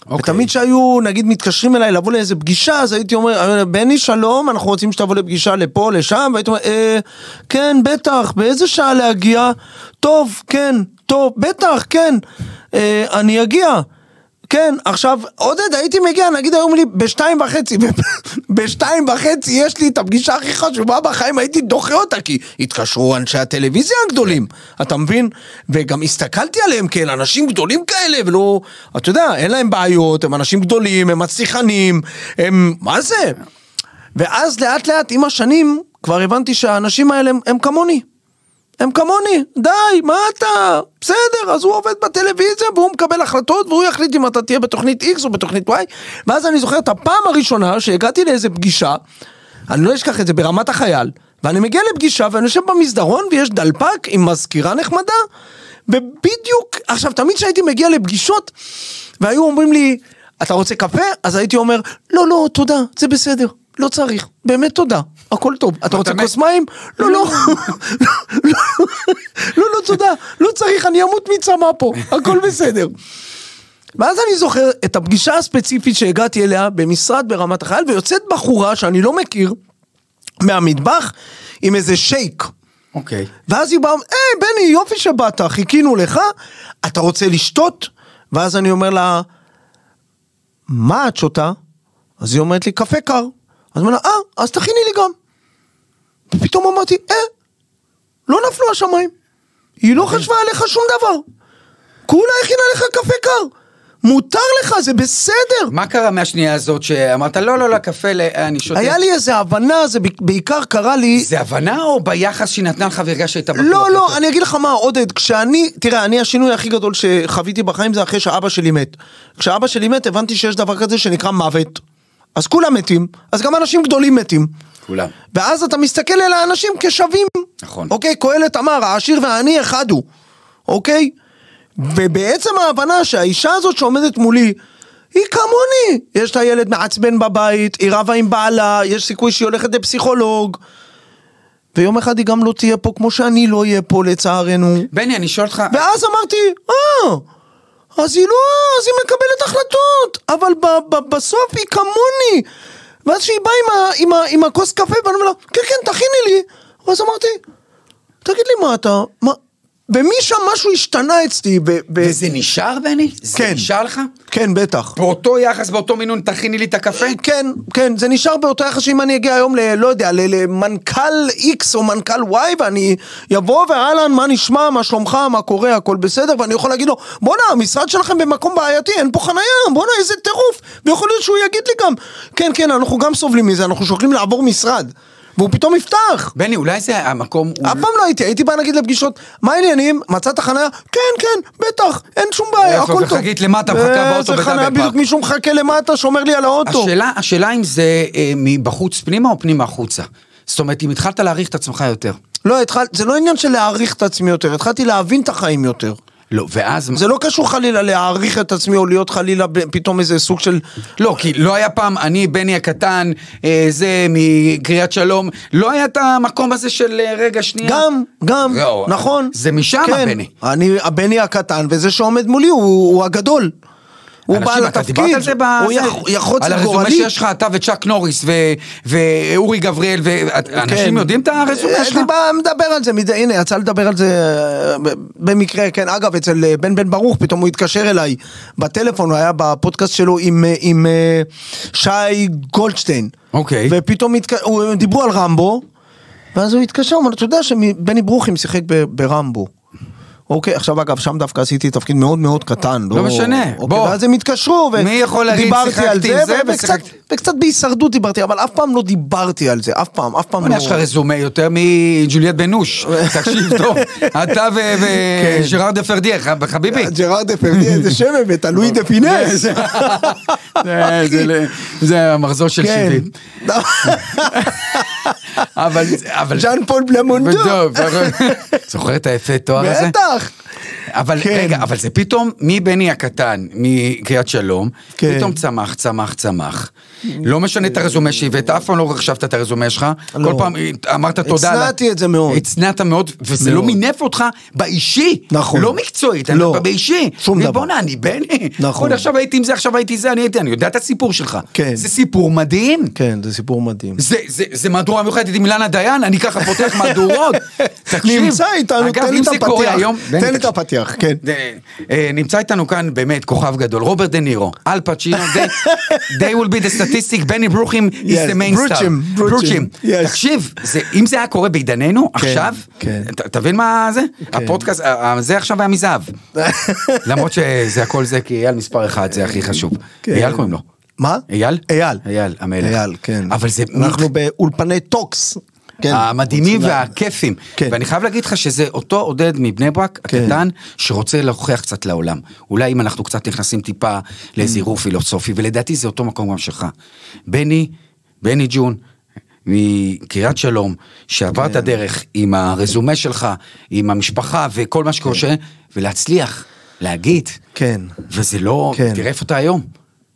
C: אוקיי.
B: ותמיד שהיו, נגיד, מתקשרים אליי לבוא לאיזה פגישה, אז הייתי אומר, "אה, בני שלום, אנחנו רוצים שתבוא לפגישה לפה, לשם, והייתי אומר, אה, כן, בטח, באיזה שעה להגיע? טוב, כן, טוב, בטח, כן, אה, אני אגיע. כן, עכשיו, עודד, הייתי מגיע, נגיד היו אומרים לי, בשתיים וחצי, בשתיים וחצי יש לי את הפגישה הכי חשובה בחיים, הייתי דוחה אותה, כי התקשרו אנשי הטלוויזיה הגדולים, אתה מבין? וגם הסתכלתי עליהם כאל אנשים גדולים כאלה, ולא, אתה יודע, אין להם בעיות, הם אנשים גדולים, הם מצליחנים, הם, מה זה? ואז לאט לאט עם השנים, כבר הבנתי שהאנשים האלה הם, הם כמוני. הם כמוני, די, מה אתה? בסדר, אז הוא עובד בטלוויזיה והוא מקבל החלטות והוא יחליט אם אתה תהיה בתוכנית X או בתוכנית Y. ואז אני זוכר את הפעם הראשונה שהגעתי לאיזה פגישה, אני לא אשכח את זה, ברמת החייל, ואני מגיע לפגישה ואני יושב במסדרון ויש דלפק עם מזכירה נחמדה, ובדיוק, עכשיו תמיד כשהייתי מגיע לפגישות, והיו אומרים לי, אתה רוצה קפה? אז הייתי אומר, לא, לא, תודה, זה בסדר, לא צריך, באמת תודה, הכל טוב. אתה רוצה
C: מת?
B: כוס מים? לא, לא, לא, לא, לא, תודה, לא צריך, אני אמות מצמא פה, הכל בסדר. ואז אני זוכר את הפגישה הספציפית שהגעתי אליה במשרד ברמת החייל, ויוצאת בחורה שאני לא מכיר, מהמטבח, עם איזה שייק.
C: אוקיי.
B: ואז היא באה, היי בני, יופי שבאת, חיכינו לך, אתה רוצה לשתות? ואז אני אומר לה, מה את שותה? אז היא אומרת לי, קפה קר. אז אני אומר לה, אה, אז תכיני לי גם. ופתאום אמרתי, אה, לא נפלו השמיים. היא לא חשבה עליך שום דבר. כולה הכינה לך קפה קר. מותר לך, זה בסדר.
C: מה קרה מהשנייה הזאת שאמרת, לא, לא, לא, קפה, לא, אני שותה?
B: היה לי איזה הבנה, זה בעיקר קרה לי...
C: זה הבנה או ביחס שהיא נתנה לך והרגשת שהייתה בטוח?
B: לא,
C: יותר?
B: לא, אני אגיד לך מה, עודד, כשאני, תראה, אני השינוי הכי גדול שחוויתי בחיים זה אחרי שאבא שלי מת. כשאבא שלי מת הבנתי שיש דבר כזה שנקרא מוות. אז כולם מתים, אז גם אנשים גדולים מתים.
C: כולם.
B: ואז אתה מסתכל על האנשים כשווים.
C: נכון.
B: אוקיי, קהלת אמר, העשיר והעני אחד הוא. אוקיי? ובעצם ההבנה שהאישה הזאת שעומדת מולי, היא כמוני. יש לה ילד מעצבן בבית, היא רבה עם בעלה, יש סיכוי שהיא הולכת לפסיכולוג. ויום אחד היא גם לא תהיה פה כמו שאני לא אהיה פה לצערנו.
C: בני, אני שואל אותך,
B: ואז אמרתי, אה, אז היא לא, אז היא מקבלת החלטות, אבל ב, ב, בסוף היא כמוני. ואז שהיא באה עם, ה, עם, ה, עם הכוס קפה, ואני אומר לה, כן, כן, תכיני לי. ואז אמרתי, תגיד לי, מה אתה, מה, ומשם משהו השתנה אצלי. ב, ב,
C: וזה נשאר, בני? זה
B: כן.
C: נשאר לך?
B: כן, בטח.
C: באותו יחס, באותו מינון, תכיני לי את הקפה?
B: כן, כן, זה נשאר באותו יחס שאם אני אגיע היום ל... לא יודע, ל- למנכ"ל X או מנכ"ל Y ואני אבוא ואהלן, מה נשמע, מה שלומך, מה קורה, הכל בסדר, ואני יכול להגיד לו, בואנה, המשרד שלכם במקום בעייתי, אין פה חנייה, בואנה, איזה טירוף, ויכול להיות שהוא יגיד לי גם, כן, כן, אנחנו גם סובלים מזה, אנחנו שוקלים לעבור משרד, והוא פתאום יפתח.
C: בני, אולי זה המקום... הוא-
B: אף פעם לא הייתי, הייתי בא נגיד לפגישות, מה העניינים? מצאת חניה? כן, כן, בטח, אין שום בעיה,
C: איפה?
B: הכל טוב.
C: וחגית למטה, מחכה
B: איזה
C: באוטו בדאבל
B: חניה,
C: פארק.
B: בדיוק מישהו מחכה למטה, שומר לי על האוטו.
C: השאלה, השאלה אם זה אה, מבחוץ פנימה או פנימה החוצה. זאת אומרת, אם התחלת להעריך את עצמך יותר.
B: לא, התחל... זה לא עניין של להעריך את עצמי יותר, התחלתי להבין את החיים יותר.
C: לא, ואז...
B: זה לא קשור חלילה להעריך את עצמי או להיות חלילה ב- פתאום איזה סוג של...
C: לא, כי לא היה פעם, אני, בני הקטן, אה, זה מקריית שלום, לא היה את המקום הזה של אה, רגע שנייה.
B: גם, גם,
C: זהו,
B: נכון.
C: זה משם,
B: כן,
C: הבני.
B: אני הבני הקטן, וזה שעומד מולי הוא, הוא הגדול. הוא
C: אנשים,
B: בא
C: אתה
B: לתפקיד,
C: דיברת על זה ב-
B: הוא
C: זה-
B: יח- יחוץ
C: על
B: את
C: הרזומה
B: גורלי.
C: שיש לך, אתה וצ'אק נוריס ו- ואורי גבריאל, ואנשים
B: כן.
C: יודעים את הרזומה
B: אה,
C: שלך?
B: דיבר- מדבר על זה, מדי- הנה, יצא לדבר על זה אה, ב- במקרה, כן, אגב, אצל אה, בן בן ברוך, פתאום הוא התקשר אליי בטלפון, הוא היה בפודקאסט שלו עם, אה, עם אה, שי גולדשטיין.
C: אוקיי.
B: ופתאום התק... הוא- הם דיברו על רמבו, ואז הוא התקשר, הוא אמר, אתה יודע שבני ברוכים שיחק ב- ברמבו. אוקיי, עכשיו אגב, שם דווקא עשיתי תפקיד מאוד מאוד קטן.
C: לא משנה,
B: אוקיי,
C: בוא.
B: ואז הם התקשרו, ו-
C: מי יכול להגיד,
B: דיברתי על
C: שיחקתי
B: זה,
C: עם זה
B: וקצת,
C: ושיחקתי-
B: וקצת בהישרדות דיברתי, אבל אף פעם לא דיברתי על זה, אף פעם, אף פעם לא.
C: בוא'נה, יש לך רזומה יותר מג'וליאט בן נוש, תקשיב טוב, אתה
B: כן.
C: וג'רארד דה פרדיה, ח- חביבי.
B: אה, ג'רארד דה פרדיה, איזה שם הבאת, לואי דה פינס.
C: זה- זה- אה, זה לא- ל- זה המחזור של
B: כן.
C: 70. אבל... אבל-
B: ז'אן פול בלמונדו.
C: טוב, זוכר את היפה תואר הזה?
B: בטח.
C: אבל
B: כן.
C: רגע, אבל זה פתאום, מבני הקטן, מקריית שלום,
B: כן.
C: פתאום צמח, צמח, צמח. לא משנה את הרזומה שהבאת, אף פעם לא החשבת את הרזומה שלך.
B: לא.
C: כל פעם אמרת תודה. על ה-
B: הצנעתי את זה מאוד.
C: הצנעת מאוד, וזה לא
B: מאוד.
C: מינף אותך באישי.
B: נכון.
C: לא מקצועית,
B: לא.
C: לא. באישי.
B: שום
C: אני,
B: דבר.
C: בואנה, אני בני.
B: נכון.
C: עוד עכשיו הייתי עם זה, עכשיו הייתי זה, אני הייתי, אני יודע את הסיפור שלך.
B: כן.
C: זה סיפור מדהים.
B: כן, זה סיפור מדהים.
C: זה, זה, זה מהדורה מיוחדת עם אילנה דיין, אני ככה פותח מהדורות. תקשיב.
B: נמצא איתנו,
C: אגב,
B: תן לי את
C: אם זה קורה
B: הפתיח.
C: היום- בני,
B: תן לי את
C: תקשיב.
B: הפתיח, כן.
C: אה, אה, נמצא איתנו כאן באמת כוכב גדול, רוברט דה נירו, אל פצ'ינו, they- they will be the statistic, בני ברוכים is
B: Yes,
C: the main star.
B: ברוכים, ברוכים, yes.
C: תקשיב, זה- אם זה היה קורה בעידננו, עכשיו,
B: כן.
C: ת- תבין מה זה? הפודקאסט, ה- ה- זה עכשיו היה מזהב. למרות שזה הכל זה, כי אייל מספר אחד זה הכי חשוב.
B: כן.
C: אייל קוראים לו.
B: מה?
C: אייל?
B: אייל.
C: אייל, המלך.
B: אייל, כן.
C: אבל זה...
B: אנחנו באולפני טוקס. כן.
C: המדהימים
B: רוצים לה-
C: והכיפים.
B: כן.
C: ואני חייב להגיד לך שזה אותו עודד מבני ברק
B: כן.
C: הקטן, שרוצה להוכיח קצת לעולם. אולי אם אנחנו קצת נכנסים טיפה לאיזה ערעור
B: Mm.
C: פילוסופי, ולדעתי זה אותו מקום גם שלך. בני, בני ג'ון. מקריית שלום, שעבר
B: כן.
C: את הדרך עם הרזומה שלך, עם המשפחה וכל מה שקורה, ש- ולהצליח, להגיד.
B: כן.
C: וזה לא,
B: כן.
C: תראה איפה אתה היום.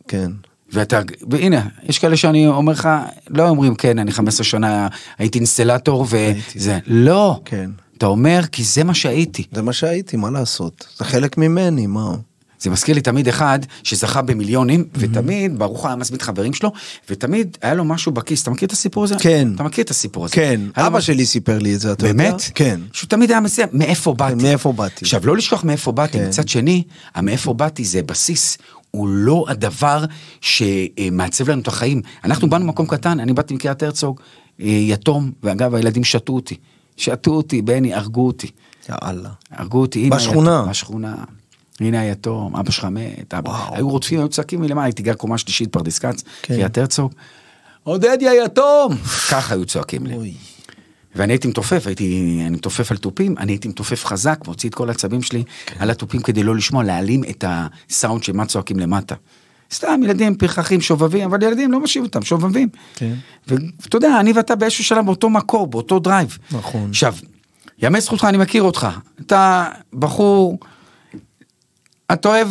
B: כן.
C: ואתה, והנה, יש כאלה שאני אומר לך, לא אומרים, כן, אני 15 שנה הייתי אינסטלטור וזה, לא.
B: כן.
C: אתה אומר, כי זה מה שהייתי.
B: זה מה שהייתי, מה לעשות? זה חלק ממני, מה?
C: זה מזכיר לי תמיד אחד שזכה במיליונים,
B: Mm-hmm.
C: ותמיד, ברוך היה מזמין חברים שלו, ותמיד היה לו משהו בכיס. אתה מכיר את הסיפור הזה?
B: כן.
C: אתה מכיר את הסיפור הזה?
B: כן,
C: היה לו
B: אבא
C: משהו-
B: שלי סיפר לי את זה, אתה יודע?
C: באמת?
B: כן.
C: שהוא תמיד היה מסיע, מאיפה באתי.
B: מאיפה באתי.
C: עכשיו, לא לשכוח מאיפה באתי.
B: כן.
C: מצד שני, המאיפה באתי זה בסיס. הוא לא הדבר שמעצב לנו את החיים. אנחנו באנו ממקום קטן, אני באתי מקריית הרצוג, אה, יתום, ואגב, הילדים שתו אותי. שתו אותי, בני, הרגו אותי.
B: יאללה.
C: הרגו אותי, אמא
B: בשכונה.
C: היתום, בשכונה. הנה היתום, אבא שלך מת, אבא.
B: וואו.
C: היו רודפים, היו צועקים מלמעלה, הייתי גר קומה שלישית, פרדס כץ,
B: כן.
C: קריית הרצוג. עודד יא יתום! ככה היו צועקים לי.
B: אוי.
C: ואני הייתי מתופף, הייתי, אני מתופף על תופים, אני הייתי מתופף חזק, מוציא את כל העצבים שלי
B: כן.
C: על התופים כדי לא לשמוע, להעלים את הסאונד של מה צועקים למטה. סתם, ילדים פרחחים, שובבים, אבל ילדים לא משאירים אותם, שובבים.
B: כן.
C: ואתה יודע, אני ואתה באיזשהו שלב באותו מקור, באותו דרייב.
B: נכון.
C: עכשיו, יאמר זכותך, אני מכיר אותך. אתה בחור, אתה אוהב...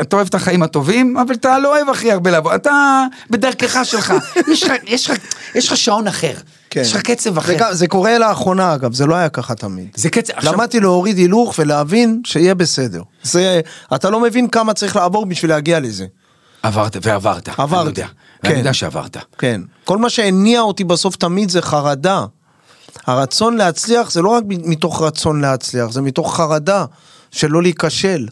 C: אתה אוהב את החיים הטובים, אבל אתה לא אוהב הכי הרבה לעבוד, אתה בדרכך שלך, יש לך- יש לך- יש לך שעון אחר,
B: כן.
C: יש לך קצב אחר.
B: זה גם- זה קורה לאחרונה אגב, זה לא היה ככה תמיד.
C: זה קצב, עכשיו,
B: למדתי להוריד הילוך ולהבין שיהיה בסדר. זה, אתה לא מבין כמה צריך לעבור בשביל להגיע לזה.
C: עברת, ועברת, אני
B: עברתי.
C: יודע,
B: כן.
C: אני יודע שעברת.
B: כן. כל מה שהניע אותי בסוף תמיד זה חרדה. הרצון להצליח זה לא רק מתוך רצון להצליח, זה מתוך חרדה שלא להיכשל.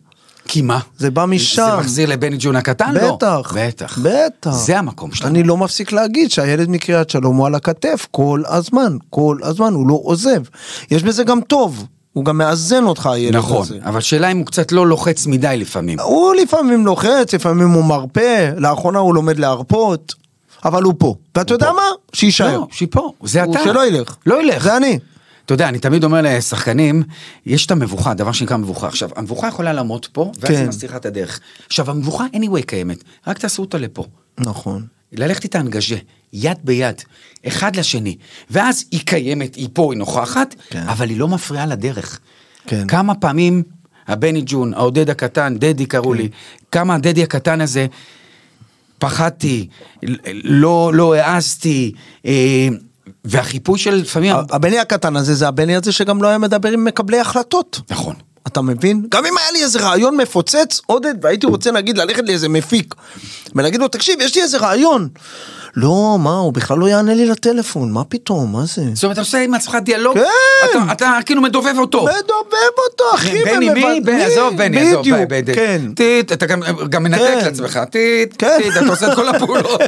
C: כי מה?
B: זה בא משם.
C: זה מחזיר לבני ג'ון הקטן? לא.
B: בטח.
C: בטח.
B: בטח.
C: זה המקום שלנו.
B: אני לא מפסיק להגיד שהילד מקריית שלום הוא על הכתף כל הזמן, כל הזמן, הוא לא עוזב. יש בזה גם טוב, הוא גם מאזן אותך הילד
C: נכון,
B: הזה.
C: אבל שאלה אם הוא קצת לא לוחץ מדי לפעמים.
B: הוא לפעמים לוחץ, לפעמים הוא מרפה, לאחרונה הוא לומד להרפות, אבל הוא פה. ואתה יודע מה? שיישאר.
C: לא, שיפור, זה
B: הוא
C: אתה.
B: שלא ילך.
C: לא ילך.
B: זה אני.
C: אתה יודע, אני תמיד אומר לשחקנים, יש את המבוכה, דבר שנקרא מבוכה. עכשיו, המבוכה יכולה לעמוד פה, ואז היא
B: כן.
C: מסתירה את הדרך. עכשיו, המבוכה anyway קיימת, רק תעשו אותה לפה.
B: נכון.
C: ללכת איתה אנגז'ה, יד ביד, אחד לשני. ואז היא קיימת, היא פה, היא נוכחת,
B: כן.
C: אבל היא לא מפריעה לדרך.
B: כן.
C: כמה פעמים הבני ג'ון, העודד הקטן, דדי
B: כן.
C: קראו לי, כמה הדדי הקטן הזה, פחדתי, ל- לא, לא העזתי, אה, והחיפוי של לפעמים...
B: אה. הבני הקטן הזה זה הבני הזה שגם לא היה מדבר עם מקבלי החלטות.
C: נכון.
B: אתה מבין? גם אם היה לי איזה רעיון מפוצץ, עודד, והייתי רוצה נגיד ללכת לאיזה מפיק, ולהגיד לו, תקשיב, יש לי איזה רעיון. לא, מה, הוא בכלל לא יענה לי לטלפון, מה פתאום, מה זה?
C: זאת אומרת, אתה עושה עם עצמך דיאלוג,
B: כן.
C: אתה, אתה כאילו מדובב אותו.
B: מדובב אותו, אחי,
C: כן, בני מי?
B: ומבד-
C: בני, עזוב בני, עזוב
B: בדיוק,
C: בני.
B: כן.
C: טיט, אתה גם- גם מנתק
B: כן.
C: לעצמך, טיט,
B: כן.
C: טיט, אתה עושה את כל הפעולות.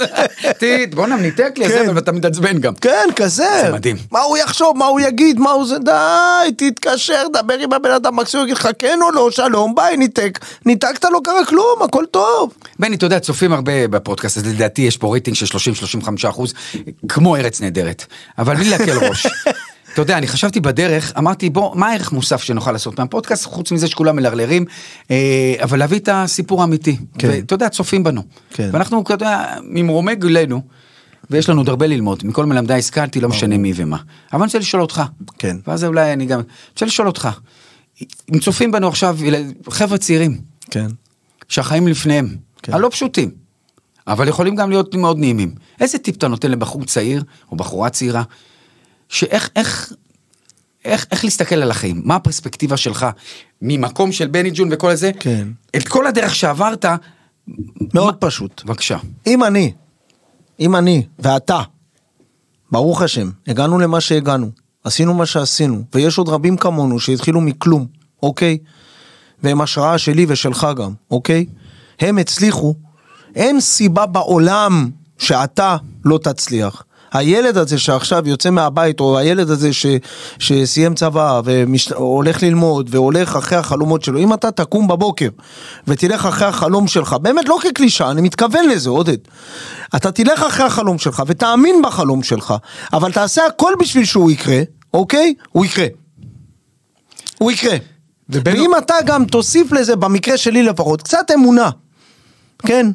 C: טיט, בואנה, ניתק לי,
B: כן.
C: עזוב, ואתה מתעצבן גם.
B: כן, כזה.
C: זה מדהים.
B: מה הוא יחשוב, מה הוא יגיד, מה הוא זה, די, תתקשר, דבר עם הבן אדם, מקסימום יגיד לך כן או לא, שלום, ביי, ניתק. ניתקת, לא קרה כלום, הכל טוב.
C: בני, אתה יודע, צופים הרבה בפודקאסט, אז לדעתי יש פה רייטינג של 30-35 אחוז, כמו ארץ נהדרת. אבל בלי להקל ראש. אתה יודע, אני חשבתי בדרך, אמרתי, בוא, מה הערך מוסף שנוכל לעשות מהפודקאסט, חוץ מזה שכולם מלרלרים, אה, אבל להביא את הסיפור האמיתי.
B: כן.
C: ואתה יודע, צופים בנו.
B: כן.
C: ואנחנו, אתה יודע, ממרומי גילנו, ויש לנו עוד הרבה ללמוד, מכל מלמדי השכלתי, לא משנה מי ומה. אבל אני רוצה לשאול אותך.
B: כן.
C: ואז אולי אני גם, אני רוצה לשאול אותך. אם צופים בנו עכשיו, יל- חבר'ה צעירים,
B: כן.
C: שהחיים לפניהם,
B: כן.
C: כן. הלא פשוטים, אבל יכולים גם להיות מאוד נעימים. איזה טיפ אתה נותן לבחור צעיר או בחורה צעירה, שאיך, איך, איך, איך להסתכל על החיים? מה הפרספקטיבה שלך ממקום של בני ג'ון וכל הזה?
B: כן.
C: את כל הדרך שעברת,
B: מאוד פשוט.
C: בבקשה.
B: אם אני, אם אני ואתה, ברוך השם, הגענו למה שהגענו, עשינו מה שעשינו, ויש עוד רבים כמונו שהתחילו מכלום, אוקיי? והם השראה שלי ושלך גם, אוקיי? הם הצליחו, אין סיבה בעולם שאתה לא תצליח. הילד הזה שעכשיו יוצא מהבית, או הילד הזה ש, שסיים צבא והולך ללמוד והולך אחרי החלומות שלו, אם אתה תקום בבוקר ותלך אחרי החלום שלך, באמת לא כקלישאה, אני מתכוון לזה, עודד. אתה תלך אחרי החלום שלך ותאמין בחלום שלך, אבל תעשה הכל בשביל שהוא יקרה, אוקיי? הוא יקרה. הוא יקרה.
C: ובין-
B: ואם אתה גם תוסיף לזה, במקרה שלי לפחות, קצת אמונה. כן?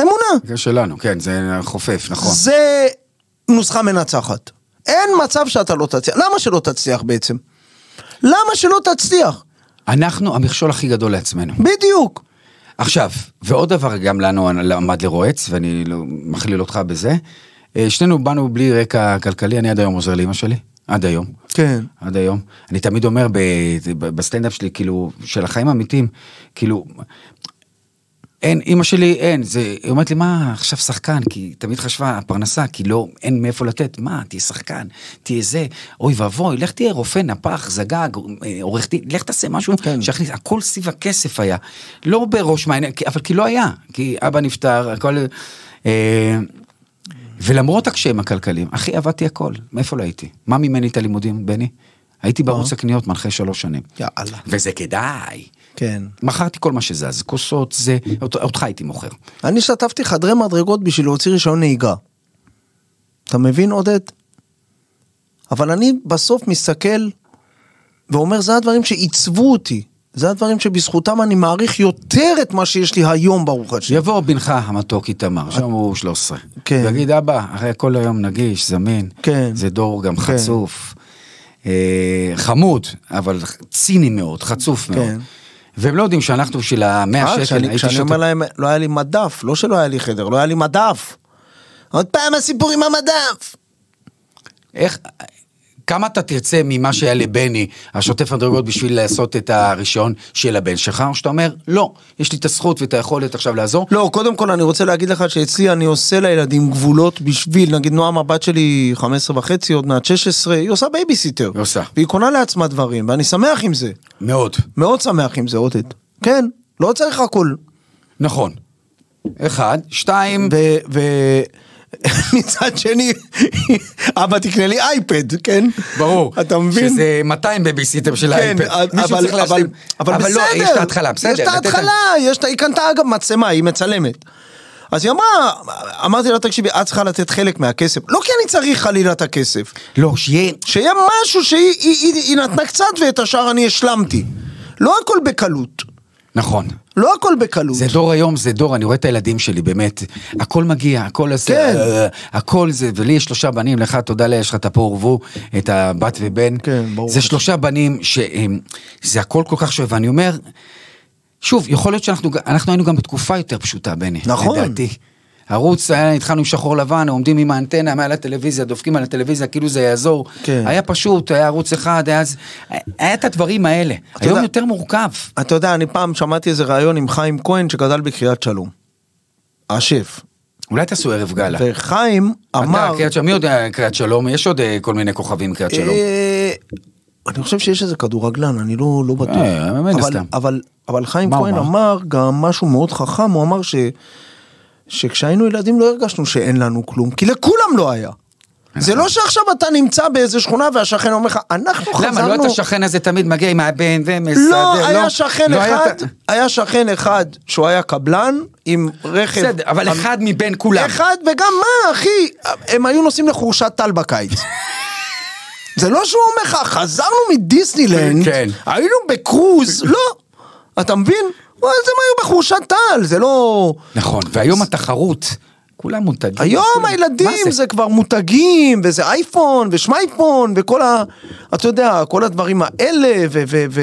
B: אמונה.
C: זה שלנו, כן, זה חופף, נכון.
B: זה נוסחה מנצחת. אין מצב שאתה לא תצליח. למה שלא תצליח בעצם? למה שלא תצליח?
C: אנחנו המכשול הכי גדול לעצמנו.
B: בדיוק.
C: עכשיו, ועוד דבר גם לנו עמד לרועץ, ואני לא מכליל אותך בזה, אה, שנינו באנו בלי רקע כלכלי, אני עד היום עוזר לאמא שלי, עד היום.
B: כן.
C: עד היום. אני תמיד אומר ב- ב- בסטנדאפ שלי, כאילו, של החיים האמיתיים, כאילו, אין, אימא שלי אין, זה, היא אומרת לי, מה, עכשיו שחקן, כי היא תמיד חשבה, הפרנסה, כי לא, אין מאיפה לתת, מה, תהיה שחקן, תהיה זה, אוי ואבוי, לך תהיה רופא, נפח, זגג, אה, עורך דין, לך תעשה משהו,
B: כן.
C: כן. שיכניס, הכל סביב הכסף היה, לא בראש מעניין, כי- אבל כי לא היה, כי אבא נפטר, הכל, אה, ולמרות הקשיים הכלכליים, אחי, עבדתי הכל, מאיפה לא הייתי? מה ממני את הלימודים, בני? הייתי בערוץ הקניות מנחה שלוש שנים.
B: יאללה.
C: וזה כדאי.
B: כן.
C: מכרתי כל מה שזז, כוסות, זה, אות- אותך הייתי מוכר.
B: אני שטפתי חדרי מדרגות בשביל להוציא רישיון נהיגה. אתה מבין, עודד? אבל אני בסוף מסתכל ואומר, זה הדברים שעיצבו אותי. זה הדברים שבזכותם אני מעריך יותר את מה שיש לי היום, ברוך השם.
C: שיבוא בנך המתוק איתמר, שם הוא 13.
B: כן.
C: ויגיד, אבא, הרי כל היום נגיש, זמין.
B: כן.
C: זה דור גם
B: כן.
C: חצוף. אה, חמוד, אבל ציני מאוד, חצוף מאוד.
B: כן.
C: והם לא יודעים שאנחנו בשביל המאה
B: אה,
C: שקל,
B: כשאני
C: הייתי
B: כשאני אומר
C: שותה.
B: להם, לא היה לי מדף, לא שלא היה לי חדר, לא היה לי מדף. עוד פעם הסיפור עם המדף.
C: איך... כמה אתה תרצה ממה שהיה לבני, השוטף הדרגות, בשביל לעשות את הרישיון של הבן שלך, או שאתה אומר, לא, יש לי את הזכות ואת היכולת עכשיו לעזור,
B: לא, קודם כל אני רוצה להגיד לך שאצלי אני עושה לילדים גבולות בשביל, נגיד נועם הבת שלי 15 וחצי, עוד מעט 16, היא עושה בייביסיטר.
C: היא עושה.
B: והיא קונה לעצמה דברים, ואני שמח עם זה.
C: מאוד.
B: מאוד שמח עם זה, עודד. כן, לא צריך הכל.
C: נכון. אחד, שתיים,
B: ו... ו... מצד שני, אבא תקנה לי אייפד, כן?
C: ברור.
B: אתה מבין?
C: שזה 200 בייביסיטר של
B: כן,
C: האייפד. מישהו
B: אבל,
C: צריך
B: אבל,
C: להשלים.
B: אבל,
C: אבל
B: בסדר.
C: לא, יש את ההתחלה, בסדר.
B: יש את
C: לתת להם-
B: ההתחלה, יש את, היא קנתה אגב מצלמה, היא מצלמת. אז היא אמרה, אמרתי לה, תקשיבי, את צריכה לתת חלק מהכסף. לא כי אני צריך חלילה את הכסף.
C: לא, שיהיה...
B: שיהיה משהו שהיא היא, היא, היא נתנה קצת ואת השאר אני השלמתי. לא הכל בקלות.
C: נכון.
B: לא הכל בקלות.
C: זה דור היום, זה דור, אני רואה את הילדים שלי, באמת. הכל מגיע, הכל הזה,
B: כן.
C: אה, הכל זה, ולי יש שלושה בנים, לך תודה לאל, יש לך את הפור ורבו, את הבת ובן.
B: כן, ברור.
C: זה שלושה בנים שהם, זה הכל כל כך שווה. אני אומר, שוב, יכול להיות שאנחנו ג- אנחנו היינו גם בתקופה יותר פשוטה, בני.
B: נכון.
C: לדעתי. ערוץ, היה, התחלנו עם שחור לבן, עומדים עם האנטנה מעל הטלוויזיה, דופקים על הטלוויזיה, כאילו זה יעזור.
B: כן.
C: היה פשוט, היה ערוץ אחד, היה, אז- היה את הדברים האלה.
B: אתה
C: היום
B: יודע-
C: יותר מורכב.
B: אתה יודע, אני פעם שמעתי איזה ראיון עם חיים כהן שגדל בקריית שלום. השף.
C: אולי תעשו ערב גאלה.
B: וחיים אמר...
C: אתה, קריית שלום, מי יודע קריית שלום? יש עוד אה, כל מיני כוכבים קריית שלום.
B: אה, אני חושב שיש איזה כדורגלן, אני לא, לא בטוח.
C: אה, מן
B: אבל-
C: הסתם.
B: אבל, אבל חיים
C: מה הוא
B: כהן
C: אמר?
B: אמר גם משהו מאוד חכם, הוא אמר ש, שכשהיינו ילדים לא הרגשנו שאין לנו כלום, כי לכולם לא היה.
C: נכון.
B: זה לא שעכשיו אתה נמצא באיזה שכונה והשכן אומר לך, אנחנו חזרנו...
C: למה? לא את השכן הזה תמיד מגיע עם הבן ומסדר.
B: לא, היה שכן
C: לא היה
B: אחד,
C: את-
B: היה שכן אחד שהוא היה קבלן עם רכב.
C: בסדר, אבל אחד מבין כולם.
B: אחד, וגם מה, אחי, הם היו נוסעים לחורשת טל בקיץ. זה לא שהוא אומר לך, חזרנו מדיסנילנד,
C: כן.
B: היינו בקרוז, לא. אתה מבין? וואי, אז הם היו בחורשת טל, זה לא...
C: נכון, והיום התחרות, כולם מותגים.
B: היום
C: כולם- מה
B: הילדים זה כבר מותגים, וזה אייפון, ושמייפון, וכל ה... אתה יודע, כל הדברים האלה, ו... ו, ו...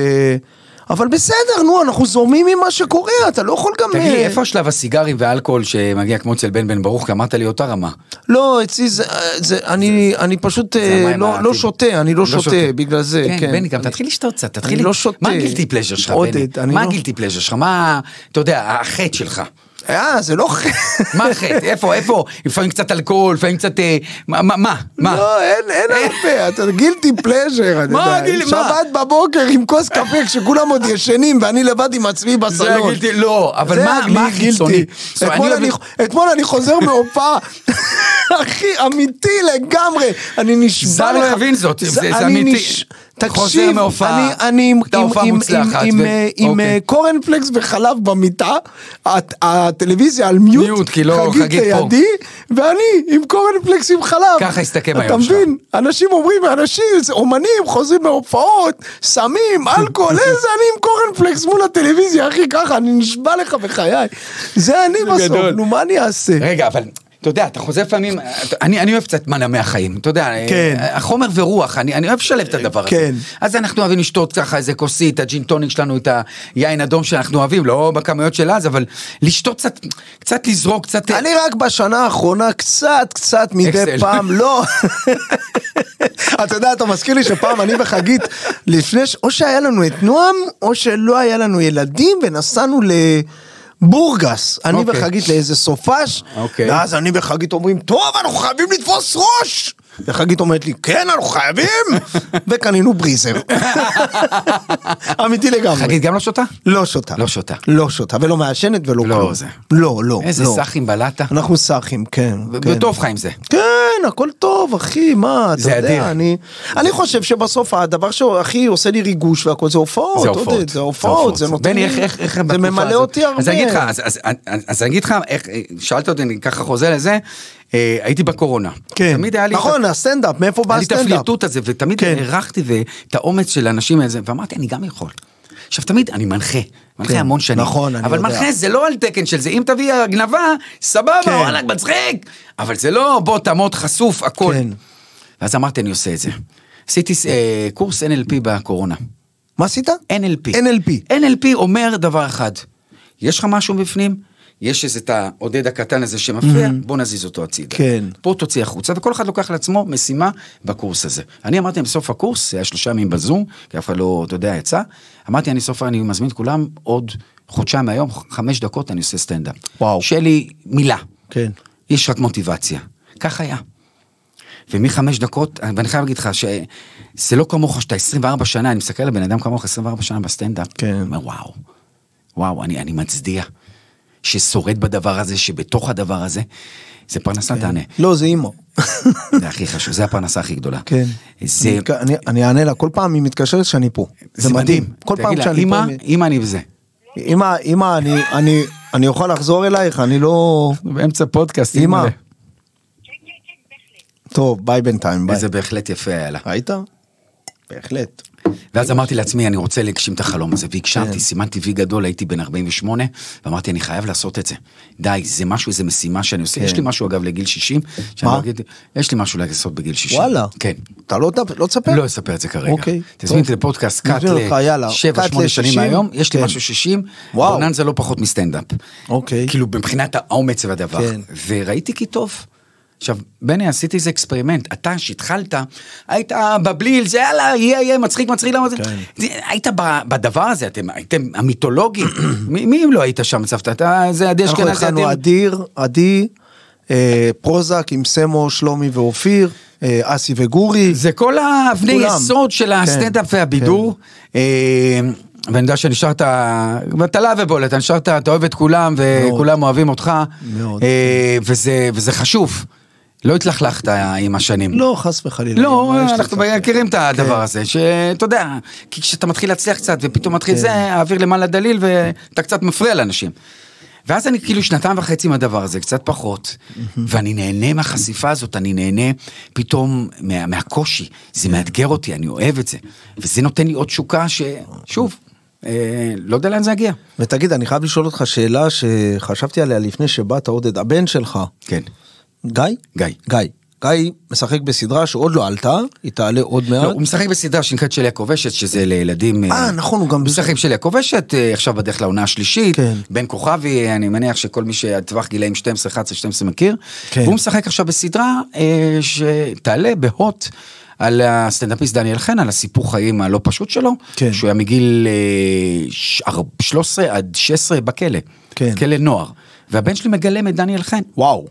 B: אבל בסדר, נו, אנחנו זורמים עם מה שקורה, אתה לא יכול גם...
C: תגיד
B: אה,
C: לי, איפה השלב הסיגרים והאלכוהול שמגיע כמו אצל בן בן ברוך? כי אמרת לי אותה רמה.
B: לא, אצלי זה... אה, זה אני, אני פשוט אה,
C: זה המים
B: לא, לא
C: העתיק.
B: שותה, אני לא שותה, בגלל זה, כן.
C: בני, גם
B: אני-
C: תתחיל לשתות קצת, תתחיל...
B: אני
C: לי-
B: לא שותה.
C: מה הגילטי פלז'ר שלך,
B: עודד,
C: בני?
B: אני
C: מה
B: לא-
C: הגילטי פלז'ר שלך? מה, אתה יודע, החטא שלך.
B: אה, זה לא חטא.
C: מה החטא? איפה, איפה? לפעמים קצת אלכוהול, לפעמים קצת... אה, מה, מה, מה? מה? אה?
B: לא, אין, אין הרבה, אתה גילטי פלז'ר, אתה
C: מה
B: יודע,
C: הגיל- מה?
B: שבת בבוקר עם כוס קפה כשכולם עוד ישנים ואני לבד עם עצמי בסלון.
C: זה הגילטי, לא, אבל
B: זה
C: מה,
B: הגלי-
C: מה החיצוני?
B: גילטי.
C: זאת אומרת,
B: אתמול
C: אני לא
B: אני-
C: אוהב-
B: אתמול אני חוזר מהופעה, אחי, אמיתי לגמרי, אני נשבע לך.
C: זר לא יבין זאת, זה- זה
B: אני
C: אמיתי.
B: נש-
C: חוזר
B: תקשיב,
C: מהופעה,
B: אני- אני עם-
C: הייתה
B: עם-
C: הופעה
B: עם-
C: מוצלחת,
B: עם-
C: ו-
B: עם, אה, עם
C: אוקיי.
B: אה, קורנפלקס וחלב במיטה, הט- הטלוויזיה על מיוט,
C: מיוט, כי לא- חגית פה.
B: לידי, ואני עם קורנפלקס עם חלב.
C: ככה הסתכם היום
B: אתה
C: שלך.
B: מבין? אנשים אומרים, אנשים, זה אומנים, חוזרים מהופעות, סמים, אלכוהול, איזה אני עם קורנפלקס מול הטלוויזיה, אחי, ככה, אני נשבע לך בחיי. זה אני בסוף,
C: גדול.
B: נו, מה אני אעשה?
C: רגע, אבל... אתה יודע, אתה חוזר פעמים, אתה- אני, אני אוהב קצת מנה מהחיים, אתה יודע,
B: כן.
C: אה, החומר ורוח, אני, אני אוהב לשלב את הדבר הזה.
B: כן.
C: אז אנחנו אוהבים לשתות ככה איזה כוסית, הג'ין טוניק שלנו, את היין אדום שאנחנו אוהבים, לא בכמויות של אז, אבל לשתות קצת, קצת לזרוק, קצת...
B: אני רק בשנה האחרונה קצת קצת מדי
C: כן. אקסל.
B: פעם לא. אתה יודע אתה מזכיר לי שפעם אני וחגית לפני ש... או שהיה לנו את נועם או שלא היה לנו ילדים ונסענו לבורגס אני
C: אוקיי.
B: וחגית לאיזה סופש
C: אוקיי.
B: ואז אני וחגית אומרים טוב אנחנו חייבים לתפוס ראש. וחגית אומרת לי כן אנחנו חייבים וקנינו בריזר. אמיתי לגמרי.
C: חגית גם לא שותה?
B: לא שותה.
C: לא שותה.
B: לא שותה ולא מעשנת ולא
C: לא
B: כלום.
C: זה.
B: לא לא.
C: איזה
B: לא.
C: סאחים בלטה.
B: אנחנו סאחים, כן. כן.
C: וטוב לך עם זה.
B: כן, הכל טוב, אחי, מה, אתה
C: זה אדיר.
B: יודע, אני... אני חושב שבסוף הדבר שהכי עושה לי ריגוש והכל זה הופעות,
C: זה
B: עודד,
C: הופעות.
B: זה הופעות, זה נותן לי...
C: בני, איך, איך, איך
B: זה
C: בתקופה
B: ממלא
C: הזאת?
B: אותי הרבה.
C: אז אני אגיד לך, אז, אז, אז, אז אני אגיד לך, איך, אה, שאלת אותי, אני ככה חוזר לזה, אה, הייתי בקורונה.
B: כן.
C: תמיד היה לי...
B: נכון, הסטנדאפ, מאיפה בא
C: היה לי את
B: הסטנדאפ?
C: הפליטות הזה, ותמיד
B: כן.
C: הערכתי ו- את האומץ של האנשים הזה, ואמרתי, אני גם יכול. עכשיו תמיד, אני מנחה, מנחה
B: כן,
C: המון שנים.
B: נכון, אני
C: אבל
B: יודע.
C: מנחה זה לא על תקן של זה, אם תביא הגנבה, סבבה,
B: כן.
C: וואלכ, מצחיק. אבל זה לא, בוא, תעמוד חשוף, הכל.
B: כן.
C: ואז אמרתי, אני עושה את זה. עשיתי אה, קורס NLP בקורונה.
B: מה עשית?
C: NLP.
B: NLP.
C: NLP אומר דבר אחד, יש לך משהו בפנים, יש איזה את העודד הקטן הזה שמפריע, בוא נזיז אותו הצידה.
B: Mm-hmm. כן.
C: פה תוציא החוצה, וכל אחד לוקח לעצמו משימה בקורס הזה. אני אמרתי להם בסוף הקורס, זה היה שלושה ימים בזום, כי אף אחד לא, אתה יודע, יצא, אמרתי, אני סוף, אני מזמין את כולם עוד חודשיים מהיום, חמש דקות אני עושה סטנדאפ.
B: וואו.
C: שלי מילה.
B: כן.
C: יש רק מוטיבציה. כך היה. ומחמש דקות, ואני חייב להגיד לך שזה לא כמוך שאתה 24 שנה, אני מסתכל על בן אדם כמוך 24 שנה בסטנדאפ,
B: כן.
C: אני אומר וואו, וואו, אני, אני מצדיע, ששורד בדבר הזה, שבתוך הדבר הזה, זה פרנסה תענה.
B: לא, זה אימו.
C: זה הכי חשוב, זה הפרנסה הכי גדולה.
B: כן.
C: זה,
B: אני- אני- אני אענה לה, כל פעם היא מתקשרת שאני פה. זה מדהים. כל
C: תגיד
B: פעם
C: לה,
B: שאני פה...
C: אמא, אמא אני וזה.
B: אמא, אמא, אני- אני- אני אוכל לחזור אלייך, אני לא...
C: באמצע פודקאסט,
B: אמא. טוב, ביי בינתיים, ביי.
C: וזה בהחלט יפה היה לה.
B: ראית?
A: בהחלט.
C: ואז אמרתי לעצמי, אני רוצה להגשים את החלום הזה,
B: כן.
C: והגשמתי, סימנתי וי גדול, הייתי בן 48, ואמרתי, אני חייב לעשות את זה. די, זה משהו, איזה משימה שאני עושה. יש לי משהו, אגב, לגיל 60, שאני
B: כן. מה?
C: אגיד, יש לי משהו לעשות בגיל 60.
B: וואלה.
C: כן.
B: אתה לא, לא תספר?
C: לא אספר את זה כרגע.
B: אוקיי,
C: תזמין אותי
B: טוב.
C: לפודקאסט
B: נזמין
C: קאט
B: אותך, יאללה.
C: לשבע,
B: קאט
C: שמונה
B: ל-
C: שנים
B: 60?
C: מהיום, יש לי
B: כן.
C: משהו 60,
B: וואו.
C: בונן זה לא פחות מסטנדאפ.
B: אוקיי.
C: כאילו, מבחינת האומץ והדבר.
B: כן.
C: וראיתי כי טוב. עכשיו, בני, עשיתי איזה אקספרימנט. אתה, שהתחלת, היית בבליל, זה יאללה, יהיה, יהיה, מצחיק, מצחיק, למה זה?
B: כן.
C: זה- היית ב- בדבר הזה, אתם הייתם המיתולוגים. מי מי אם לא היית שם, סבתא? אתה, זה עדי
B: אנחנו
C: אשכנזי,
B: התחלנו
C: עדי-
B: אדיר, עדי, אה, פרוזק עם סמו, שלומי ואופיר, אה, אסי וגורי.
C: זה כל האבני
B: כולם.
C: יסוד של
B: כן,
C: הסטנדאפ והבידור. אה, ואני יודע שנשארת, ואתה לא ובול, אתה נשארת, אתה אוהב את כולם, וכולם אוהבים אותך.
B: מאוד.
C: אה, וזה וזה חשוב. לא התלכלכת עם השנים.
B: לא, חס וחלילה.
C: לא,
B: מה יש
C: אנחנו
B: לך?
C: מכירים את הדבר הזה, שאתה יודע, כי כשאתה מתחיל להצליח קצת ופתאום מתחיל זה, האוויר למעלה דליל ואתה קצת מפריע לאנשים. ואז אני כאילו שנתיים וחצי עם הדבר הזה, קצת פחות, ואני נהנה מהחשיפה הזאת, אני נהנה פתאום מה, מהקושי, זה מאתגר אותי, אני אוהב את זה, וזה נותן לי עוד תשוקה ששוב, אה, לא יודע לאן זה יגיע.
B: ותגיד, אני חייב לשאול אותך שאלה שחשבתי עליה לפני שבאת, עודד, הבן שלך,
C: כן.
B: גיא?
C: גיא.
B: גיא. גיא משחק בסדרה שעוד לא עלתה, היא תעלה עוד
C: לא,
B: מעט.
C: הוא משחק בסדרה שנקראת שלי הכובשת, שזה לילדים...
B: אה, נכון, הוא גם-
C: משחק עם שלי הכובשת, אה, עכשיו בדרך לעונה השלישית.
B: כן.
C: בן כוכבי, אה, אני מניח שכל מי שהטווח גילאים 12, 11, 12 מכיר.
B: כן.
C: והוא משחק עכשיו בסדרה אה, שתעלה בהוט. על הסטנדאפיסט דניאל חן, על הסיפור חיים הלא פשוט שלו,
B: כן.
C: שהוא היה מגיל אה, ש- אר- 13 עד 16 בכלא,
B: כן.
C: כלא נוער. והבן שלי מגלם את דניאל חן.
B: וואו.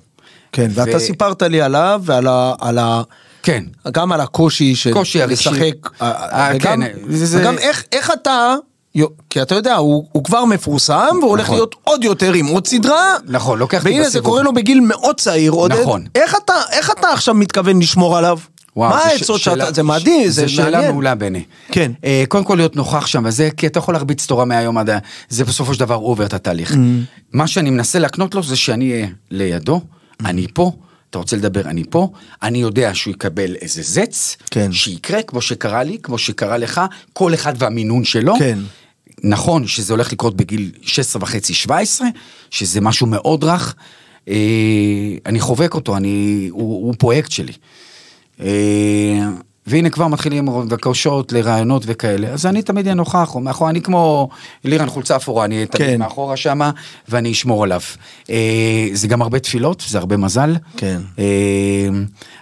B: כן, ואתה
C: ו-
B: סיפרת לי עליו ועל ה... על ה...
C: כן.
B: גם על הקושי של...
C: קושי הרגשי.
B: לשחק, אה,
C: אה,
B: וגם,
C: כן, זה- זה-
B: וגם איך, איך אתה... יו- כי אתה יודע, הוא, הוא כבר מפורסם, והוא הולך
C: נכון.
B: להיות עוד יותר עם עוד סדרה.
C: נכון, לוקח אותי
B: והנה זה
C: בסיבוב.
B: קורה לו בגיל מאוד צעיר, עודד.
C: נכון.
B: איך אתה, איך אתה עכשיו מתכוון לשמור עליו?
C: וואו,
B: מה
C: זה ש-
B: העצות
C: שאלה-
B: שאתה... זה מדהים, זה,
C: זו
B: מעניין.
C: שאלה מעולה בני.
B: כן.
C: אה, קודם כל להיות נוכח שם, וזה, כי אתה יכול להרביץ תורה מהיום עד ה... זה בסופו של דבר הוא עובר את
B: Mm.
C: התהליך. מה שאני מנסה להקנות לו זה שאני אהיה לידו,
B: Mm.
C: אני פה. אתה רוצה לדבר, אני פה, אני יודע שהוא יקבל איזה זץ,
B: כן.
C: שיקרה כמו שקרה לי, כמו שקרה לך, כל אחד והמינון שלו.
B: כן.
C: נכון שזה הולך לקרות בגיל 16 וחצי, 17, שזה משהו מאוד רך. אה, אני חובק אותו, אני, הוא, הוא פרויקט שלי. אה, והנה כבר מתחילים בקשות לרעיונות וכאלה, אז אני תמיד אהיה נוכח, או מאחור, אני כמו לירן חולצה אפורה, אני אהיה תמיד
B: כן.
C: מאחורה שמה, ואני אשמור עליו. אה, זה גם הרבה תפילות, זה הרבה מזל.
B: כן.
C: אה,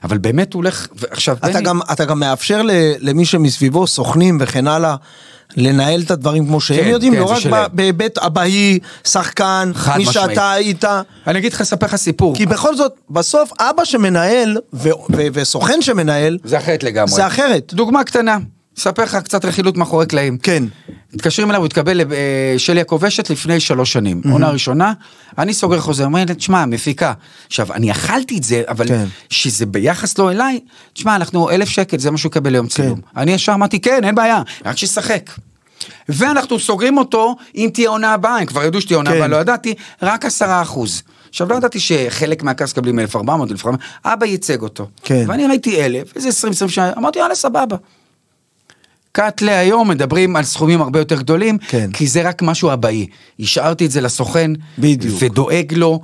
C: אבל באמת הוא הולך, עכשיו,
B: אתה גם, אתה גם מאפשר ל- למי שמסביבו, סוכנים וכן הלאה, לנהל את הדברים כמו שהם
C: כן,
B: יודעים,
C: כן,
B: לא
C: זה
B: רק
C: שלהם.
B: ב- בהיבט אבאי, שחקן,
C: חד
B: מי
C: משמעית.
B: שאתה היית.
C: אני אגיד לך, אספר לך סיפור.
B: כי בכל זאת, בסוף אבא שמנהל ו- ו- וסוכן שמנהל,
C: זה אחרת לגמרי.
B: זה אחרת.
C: דוגמה קטנה, אספר לך קצת רכילות מאחורי קלעים.
B: כן.
C: מתקשרים אליו, הוא התקבל אה, שלי הכובשת לפני שלוש שנים, עונה ראשונה, אני סוגר חוזה, אומר לי, תשמע, מפיקה. עכשיו, אני אכלתי את זה, אבל
B: כן.
C: שזה ביחס לא אליי, תשמע, אנחנו אלף שקל, זה מה שהוא יקבל ליום צילום. אני ישר אמרתי, כן, אין בעיה, רק שישחק. ואנחנו סוגרים אותו, אם תהיה עונה הבאה, הם כבר ידעו שתהיה עונה
B: כן.
C: הבאה, לא ידעתי, רק עשרה אחוז. עכשיו, לא ידעתי שחלק מהקאסט מקבלים 1,400, 1,500, אבא ייצג אותו.
B: כן.
C: ואני ראיתי אלף, איזה 20, 20 שנה, אמרתי, יאללה, סבבה. קאט להיום מדברים על סכומים הרבה יותר גדולים,
B: כן.
C: כי זה רק משהו אבאי. השארתי את זה לסוכן,
B: בדיוק.
C: ודואג לו,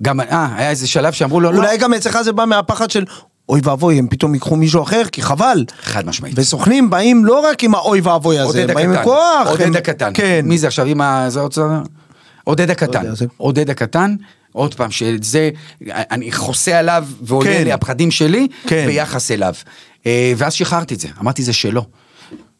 C: וגם, אה, היה איזה שלב שאמרו לו,
B: אולי
C: לא,
B: גם אצלך זה בא מהפחד של אוי ואבוי, הם פתאום ייקחו מישהו אחר, כי חבל.
C: חד משמעית.
B: וסוכנים באים לא רק עם האוי ואבוי הזה,
C: עודד
B: הם באים עם
C: הקטן,
B: כוח. הם-
C: עודד הקטן,
B: כן.
C: מי זה עכשיו, עם ה... זה האוצר? עודד הקטן,
B: יודע, זה-
C: עודד הקטן, עוד פעם, שזה, אני חוסה עליו ועולה
B: כן.
C: לי הפחדים שלי,
B: כן.
C: ביחס אליו. אה, ואז שחררתי את זה, אמרתי זה שלו.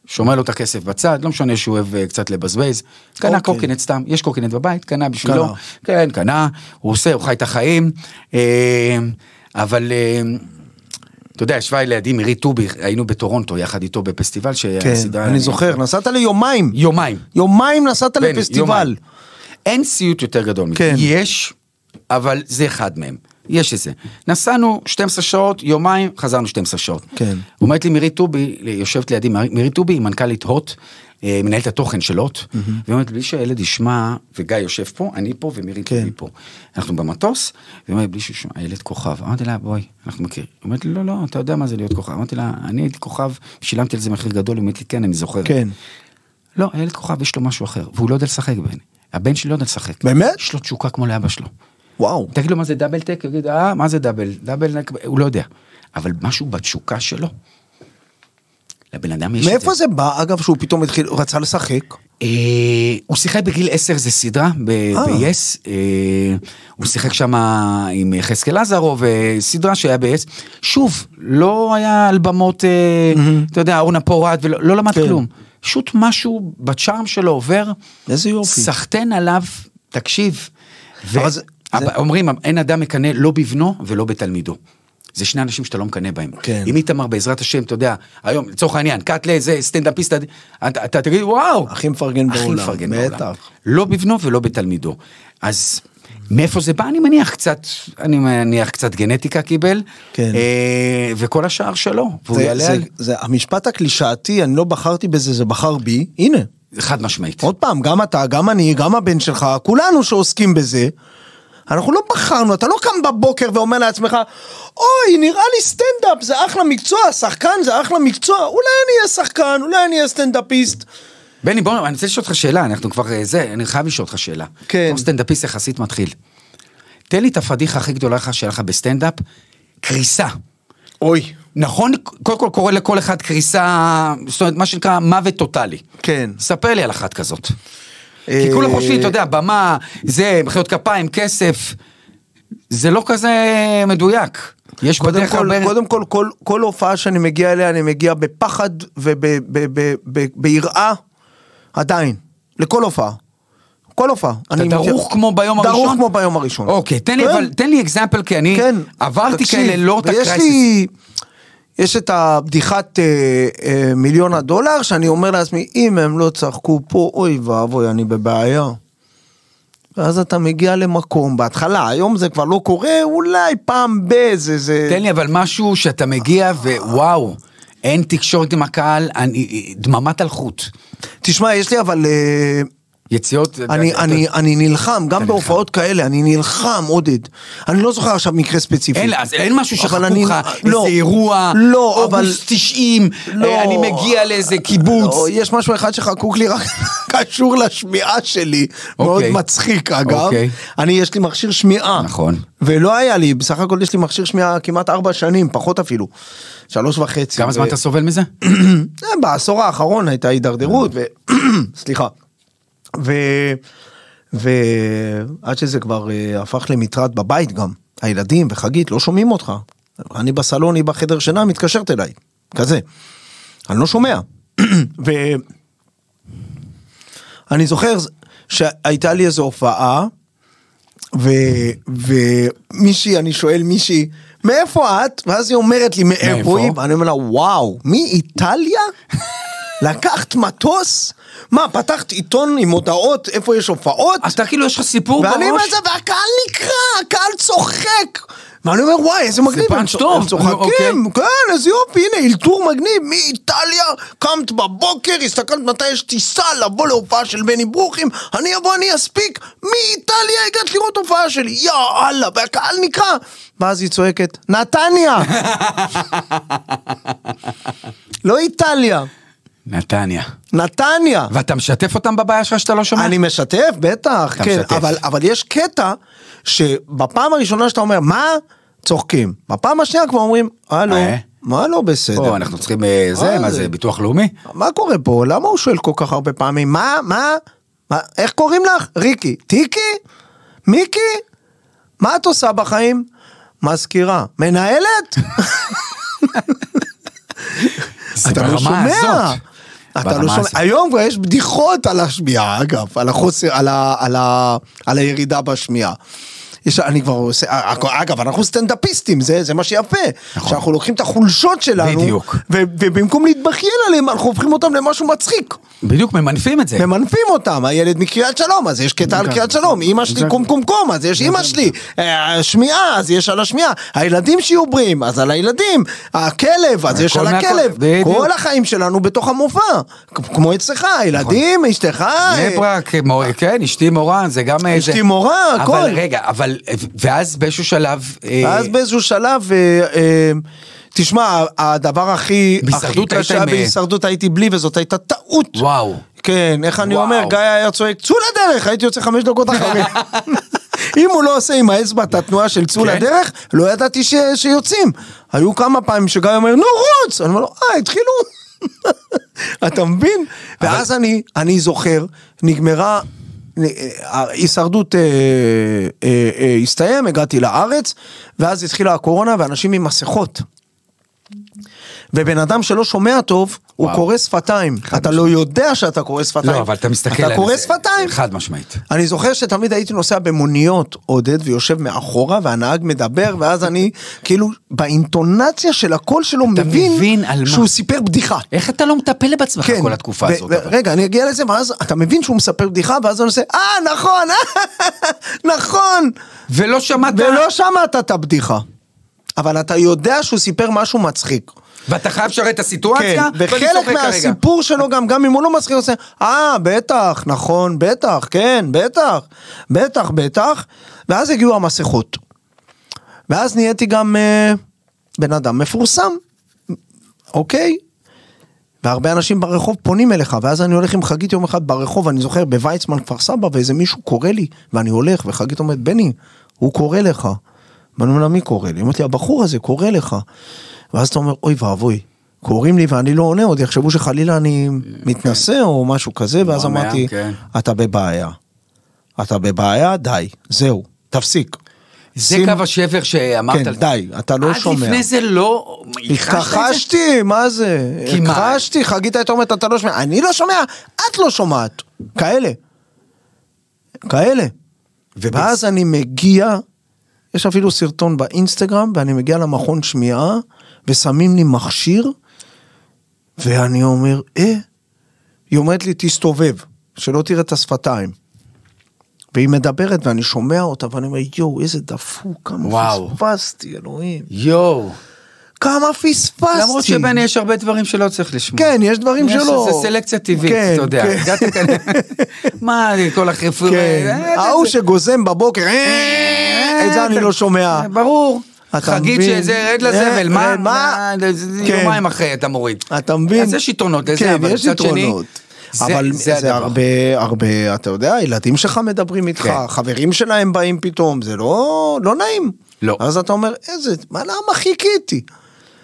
C: שומר לו את הכסף בצד, לא משנה שהוא אוהב אה, קצת לבזבז. קנה
B: אוקיי.
C: קורקינט סתם, יש קורקינט בבית, קנה בשבילו.
B: קנה.
C: כן, קנה, הוא עושה, הוא חי את החיים. אה, אבל אה, אתה יודע, ישבה לידי מירי טובי, היינו בטורונטו יחד איתו בפסטיבל,
B: כן,
C: שהסדרה...
B: אני זוכר, נסעת ליומיים.
C: יומיים.
B: יומיים נסעת
C: בני,
B: לפסטיבל.
C: יומיים. אין סיוט יותר גדול מזה.
B: כן.
C: יש, אבל זה אחד מהם. יש את זה. נסענו 12 שעות, יומיים, חזרנו 12 שעות.
B: כן.
C: אומרת לי מירי טובי, יושבת לידי, מירי טובי היא מנכ"לית הוט, אה, מנהלת התוכן של הוט, והיא אומרת, בלי שהילד ישמע, וגיא יושב פה, אני פה ומירי
B: כן.
C: כן. פה. אנחנו במטוס, והיא אומרת, בלי ששמע, הילד כוכב. אמרתי לה, בואי, אנחנו מכירים. היא אומרת לי, לא, לא, אתה יודע מה זה להיות כוכב. אמרתי לה, אני הייתי כוכב, שילמתי על זה מחיר גדול, היא אומרת לי, כן, אני זוכרת.
B: כן.
C: לא, הילד כוכב, יש לו משהו אחר, והוא לא יודע לשחק בני. הבן שלי לא יודע לשחק.
B: באמת?
C: יש לו תשוקה כמו לאבא שלו.
B: וואו.
C: תגיד לו מה זה דאבל טק, הוא יגיד, אה, מה זה דאבל? דאבל, נק-" הוא לא יודע. אבל משהו בתשוקה שלו, לבן אדם יש את זה.
B: מאיפה זה בא, אגב, שהוא פתאום התחיל, הוא רצה לשחק?
C: אה, הוא שיחק בגיל 10, זה סדרה ב-
B: אה.
C: ב-yes. אה, הוא שיחק שם עם יחזקאל לזרוב, אה, סדרה שהיה ב-yes. שוב, לא היה על במות, אה, אתה יודע, אורנה פורת, ולא לא למד
B: Mm-hmm. כן.
C: כלום. פשוט משהו בצ'ארם שלו עובר.
B: איזה יופי.
C: סחטיין עליו, תקשיב. ו-
B: אבל זה-
C: אבא-
B: זה-
C: אומרים, אין אדם מקנא לא בבנו ולא בתלמידו. זה שני אנשים שאתה לא מקנא בהם.
B: כן.
C: אם איתמר בעזרת השם, אתה יודע, היום, לצורך העניין, קאטלה, זה סטנדאפיסט, אתה, אתה תגיד, וואו,
B: הכי מפרגן
C: הכי
B: בעולם,
C: מפרגן
B: בטח.
C: בעולם. לא בבנו ולא בתלמידו. אז מאיפה זה בא? אני מניח קצת, אני מניח קצת גנטיקה קיבל,
B: כן.
C: אה, וכל השאר שלו, והוא
B: זה-
C: יעלה
B: זה-
C: על...
B: זה המשפט הקלישאתי, אני לא בחרתי בזה, זה בחר בי, הנה.
C: חד משמעית.
B: עוד פעם, גם אתה, גם אני, גם הבן שלך, כולנו שעוסקים בזה, אנחנו לא בחרנו, אתה לא קם בבוקר ואומר לעצמך, אוי, נראה לי סטנדאפ, זה אחלה מקצוע, שחקן זה אחלה מקצוע, אולי אני אהיה שחקן, אולי אני אהיה סטנדאפיסט.
C: בני, בוא, אני רוצה לשאול אותך שאלה, אנחנו כבר אה, זה, אני חייב לשאול אותך שאלה.
B: כן.
C: בתור סטנדאפיסט יחסית מתחיל. תן לי את הפדיחה הכי גדולה לך שהיה לך בסטנדאפ, קריסה.
B: אוי.
C: נכון, קודם כל קורא לכל אחד קריסה, זאת אומרת, מה שנקרא מוות טוטאלי.
B: כן.
C: ספר לי על אחת כזאת. כי
B: אה,
C: כולם חושבים, אתה יודע, במה, זה, מחיאות כפיים, כסף, זה לא כזה מדויק. יש
B: קודם
C: בדרך
B: כל,
C: הרבה...
B: קודם כל, כל, כל הופעה שאני מגיע אליה, אני מגיע בפחד וביראה, עדיין, לכל הופעה. כל הופעה.
C: אתה
B: אני
C: דרוך
B: מכיר-
C: כמו ביום הראשון?
B: דרוך כמו ביום הראשון.
C: אוקיי, תן לי
B: כן.
C: אבל, תן לי אקזמפל, כי אני
B: כן.
C: עברתי
B: תקשיב,
C: כאלה לא את
B: ויש
C: הקרייסס.
B: לי... יש את הבדיחת אה, אה, מיליון הדולר, שאני אומר לעצמי, אם הם לא צחקו פה, אוי ואבוי, אני בבעיה. ואז אתה מגיע למקום, בהתחלה, היום זה כבר לא קורה, אולי פעם באיזה, זה...
C: תן לי אבל משהו שאתה מגיע ווואו, אין תקשורת עם הקהל, אני, דממת אלחוט.
B: תשמע, יש לי אבל... אה,
C: יציאות...
B: אני,
C: אתה-
B: אני, אני נלחם, גם
C: נלחם.
B: בהופעות כאלה, אני נלחם, עודד. אני לא זוכר עכשיו מקרה ספציפי.
C: אין, אז אין משהו
B: אבל
C: שחקו
B: אני-
C: לך,
B: לא,
C: איזה אירוע,
B: לא, אבל-
C: אוגוסט 90,
B: לא.
C: אה, אני מגיע לאיזה קיבוץ.
B: לא, יש משהו אחד שחקוק לי רק קשור לשמיעה שלי, מאוד
C: אוקיי.
B: מצחיק אגב.
C: אוקיי.
B: אני, יש לי מכשיר שמיעה.
C: נכון.
B: ולא היה לי, בסך הכל יש לי מכשיר שמיעה כמעט ארבע שנים, פחות אפילו. שלוש וחצי.
C: כמה
B: ו-
C: זמן אתה סובל מזה?
B: אה, בעשור האחרון הייתה הידרדרות, ו... סליחה. ו... ועד שזה כבר אה, הפך למטרד בבית גם, הילדים וחגית לא שומעים אותך. אני בסלון, היא בחדר שינה, מתקשרת אליי, כזה. אני לא שומע. ו... אני זוכר שהייתה לי איזו הופעה, ו- ומישהי, אני שואל מישהי, מאיפה את? ואז היא אומרת לי, מאיפה
C: מאיפה?
B: היא? ואני אומר לה, וואו, מאיטליה? לקחת מטוס? מה, פתחת עיתון עם הודעות, איפה יש הופעות?
C: אתה כאילו יש לך סיפור בראש?
B: ואני אומר את זה, והקהל נקרע, הקהל צוחק. ואני אומר, וואי, איזה מגניב, הם
C: פאנץ'
B: צוח-
C: טוב,
B: הם צוחקים,
C: אוקיי.
B: כן, איזה יופי, הנה, אלתור מגניב, מאיטליה, קמת בבוקר, הסתכלת מתי יש טיסה לבוא להופעה של בני ברוכים, אני אבוא, אני אספיק, מאיטליה הגעת לראות הופעה שלי, יא אללה, והקהל נקרע. ואז היא צועקת, נתניה! לא איטליה,
C: נתניה.
B: נתניה.
C: ואתה משתף אותם בבעיה שלך שאתה לא שומע?
B: אני משתף, בטח,
C: אתה
B: כן,
C: משתף.
B: אבל, אבל יש קטע שבפעם הראשונה שאתה אומר, מה? צוחקים. בפעם השנייה כבר אומרים, הלו,
C: אה?
B: מה לא בסדר?
C: פה אנחנו צריכים אה, זה,
B: מה
C: מה
B: זה?
C: זה, ביטוח לאומי?
B: מה קורה פה? למה הוא שואל כל כך הרבה פעמים? מה? מה? מה? איך קוראים לך? ריקי. טיקי? מיקי? מה את עושה בחיים? מזכירה. מנהלת?
C: זה
B: אתה לא
C: ברמה
B: שומע.
C: הזאת.
B: אתה
C: ברמה
B: לא שומע.
C: הזאת.
B: היום כבר יש בדיחות על השמיעה, אגב, על החוסר, על ה- על ה- על הירידה בשמיעה. יש, אני כבר עושה, אה, אגב, אנחנו סטנדאפיסטים, זה, זה מה שיפה.
C: נכון.
B: שאנחנו לוקחים את החולשות שלנו,
C: בדיוק.
B: ו, ובמקום להתבכיין עליהם, אנחנו הופכים אותם למשהו מצחיק.
C: בדיוק, ממנפים את זה.
B: ממנפים אותם, הילד מקריית שלום, אז יש קטע על
C: בדיוק.
B: קריית שלום, אמא שלי
C: בדיוק.
B: קום קום קום, אז יש אמא שלי, אה, השמיעה, אז יש על השמיעה, הילדים שיהיו בריאים, אז על הילדים, הכלב, אז יש
C: הכל
B: על
C: מהכל,
B: הכלב,
C: בדיוק.
B: כל החיים שלנו בתוך המופע, כ- כמו אצלך, ילדים,
C: נכון.
B: אשתך,
C: בני
B: אה,
C: ברק, מור- כן, אשתי מורה, זה גם איזה...
B: אשתי מורה, הכל.
C: אבל רגע, אבל... ואז באיזשהו שלב... אה,
B: ואז באיזשהו שלב, אה, אה, תשמע, הדבר הכי, הכי
C: בהישרדות
B: קשה
C: הייתם, אה,
B: בהישרדות הייתי בלי, וזאת הייתה טעות.
C: וואו.
B: כן, איך אני
C: וואו.
B: אומר, גיא היה צועק, צאו לדרך, הייתי יוצא חמש דקות אחרי. אם הוא לא עושה עם האצבע את התנועה של צאו
C: כן.
B: לדרך, לא ידעתי ש- שיוצאים. היו כמה פעמים שגיא אומר, נו רוץ! אני אומר לו, אה, התחילו. אתה מבין? ואז אני, אני זוכר, נגמרה, נ- אה, ההישרדות אה, אה, אה, הסתיים, הגעתי לארץ, ואז התחילה הקורונה ואנשים עם מסכות. ובן אדם שלא שומע טוב, הוא
C: וואו.
B: קורא שפתיים. אתה לא יודע שאתה קורא שפתיים.
C: לא, אבל אתה מסתכל על
B: אתה קורא
C: זה.
B: שפתיים.
C: חד משמעית.
B: אני זוכר שתמיד הייתי נוסע במוניות, עודד, ויושב מאחורה, והנהג מדבר, ואז אני, כאילו, באינטונציה של הקול שלו מבין,
C: מבין על מה.
B: שהוא סיפר בדיחה. כן.
C: איך אתה לא מטפל בעצמך כל התקופה
B: ו-
C: הזאת?
B: ו-
C: אבל?
B: רגע, אני אגיע לזה, ואז אתה מבין שהוא מספר בדיחה, ואז אני עושה, אה, נכון, נכון.
C: ולא שמעת...
B: ולא שמעת את הבדיחה. אבל אתה יודע שהוא סיפר משהו מצחיק.
C: ואתה חייב לשרת את
B: כן,
C: הסיטואציה? ואני צוחק
B: וחלק
C: כרגע.
B: מהסיפור שלו גם, גם אם הוא לא מצחיק, הוא עושה, אה, בטח, נכון, בטח, כן, בטח, בטח, בטח. ואז הגיעו המסכות. ואז נהייתי גם אה, בן אדם מפורסם, אוקיי? והרבה אנשים ברחוב פונים אליך, ואז אני הולך עם חגית יום אחד ברחוב, אני זוכר בוויצמן כפר סבא, ואיזה מישהו קורא לי, ואני הולך, וחגית אומרת, בני, הוא קורא לך. ואני אומר לה, מי קורא לי? היא אומרת לי, הבחור הזה קורא לך. ואז אתה אומר, אוי ואבוי, קוראים לי ואני לא עונה, עוד יחשבו שחלילה אני מתנשא או משהו כזה, ואז
C: לא, מה,
B: אמרתי,
C: כן.
B: אתה בבעיה. אתה בבעיה, די, זהו, תפסיק.
C: זה
B: שים-
C: קו השבר שאמרת.
B: כן,
C: על-
B: די, אתה לא
C: עד
B: שומע.
C: לפני זה לא... הכחשת את זה?
B: התכחשתי, מה זה?
C: כי מה?
B: הכחשתי, חגית הייתה אומרת, אתה לא שומע. אני לא שומע, את לא שומעת. כאלה. כאלה. ואז אני מגיע, יש אפילו סרטון באינסטגרם, ואני מגיע למכון שמיעה, ושמים לי מכשיר, ואני אומר, אה? היא אומרת לי, תסתובב, שלא תראה את השפתיים. והיא מדברת ואני שומע אותה ואני אומר יואו איזה דפוק כמה
C: וואו.
B: פספסתי אלוהים
C: יואו.
B: כמה פספסתי.
C: למרות שבני יש הרבה דברים שלא צריך לשמוע.
B: כן, יש דברים
C: יש
B: שלא.
C: זה סלקציה טבעית,
B: כן,
C: אתה יודע.
B: כן.
C: הגעת כאן... מה, כל אה, החפרים...
B: כן, ההוא שגוזם בבוקר, "אה", את זה אני לא שומע.
C: אה, ברור.
B: אתה
C: חגית
B: מבין?
C: שזה רד
B: אה,
C: לזבל, מה?
B: אה, מה?
C: מה, זה
B: כן.
C: יומיים אחרי אתה מוריד.
B: אתה מבין?
C: אה, אז יש יתרונות לזה,
B: כן,
C: אבל
B: יש
C: מצד שני,
B: יתרונות.
C: זה-
B: אבל
C: זה
B: זה
C: הדבר.
B: הרבה, הרבה, אתה יודע, הילדים שלך מדברים איתך,
C: כן.
B: חברים שלהם באים פתאום, זה לא, לא נעים.
C: לא.
B: אז אתה אומר, איזה, מה למה חיכיתי?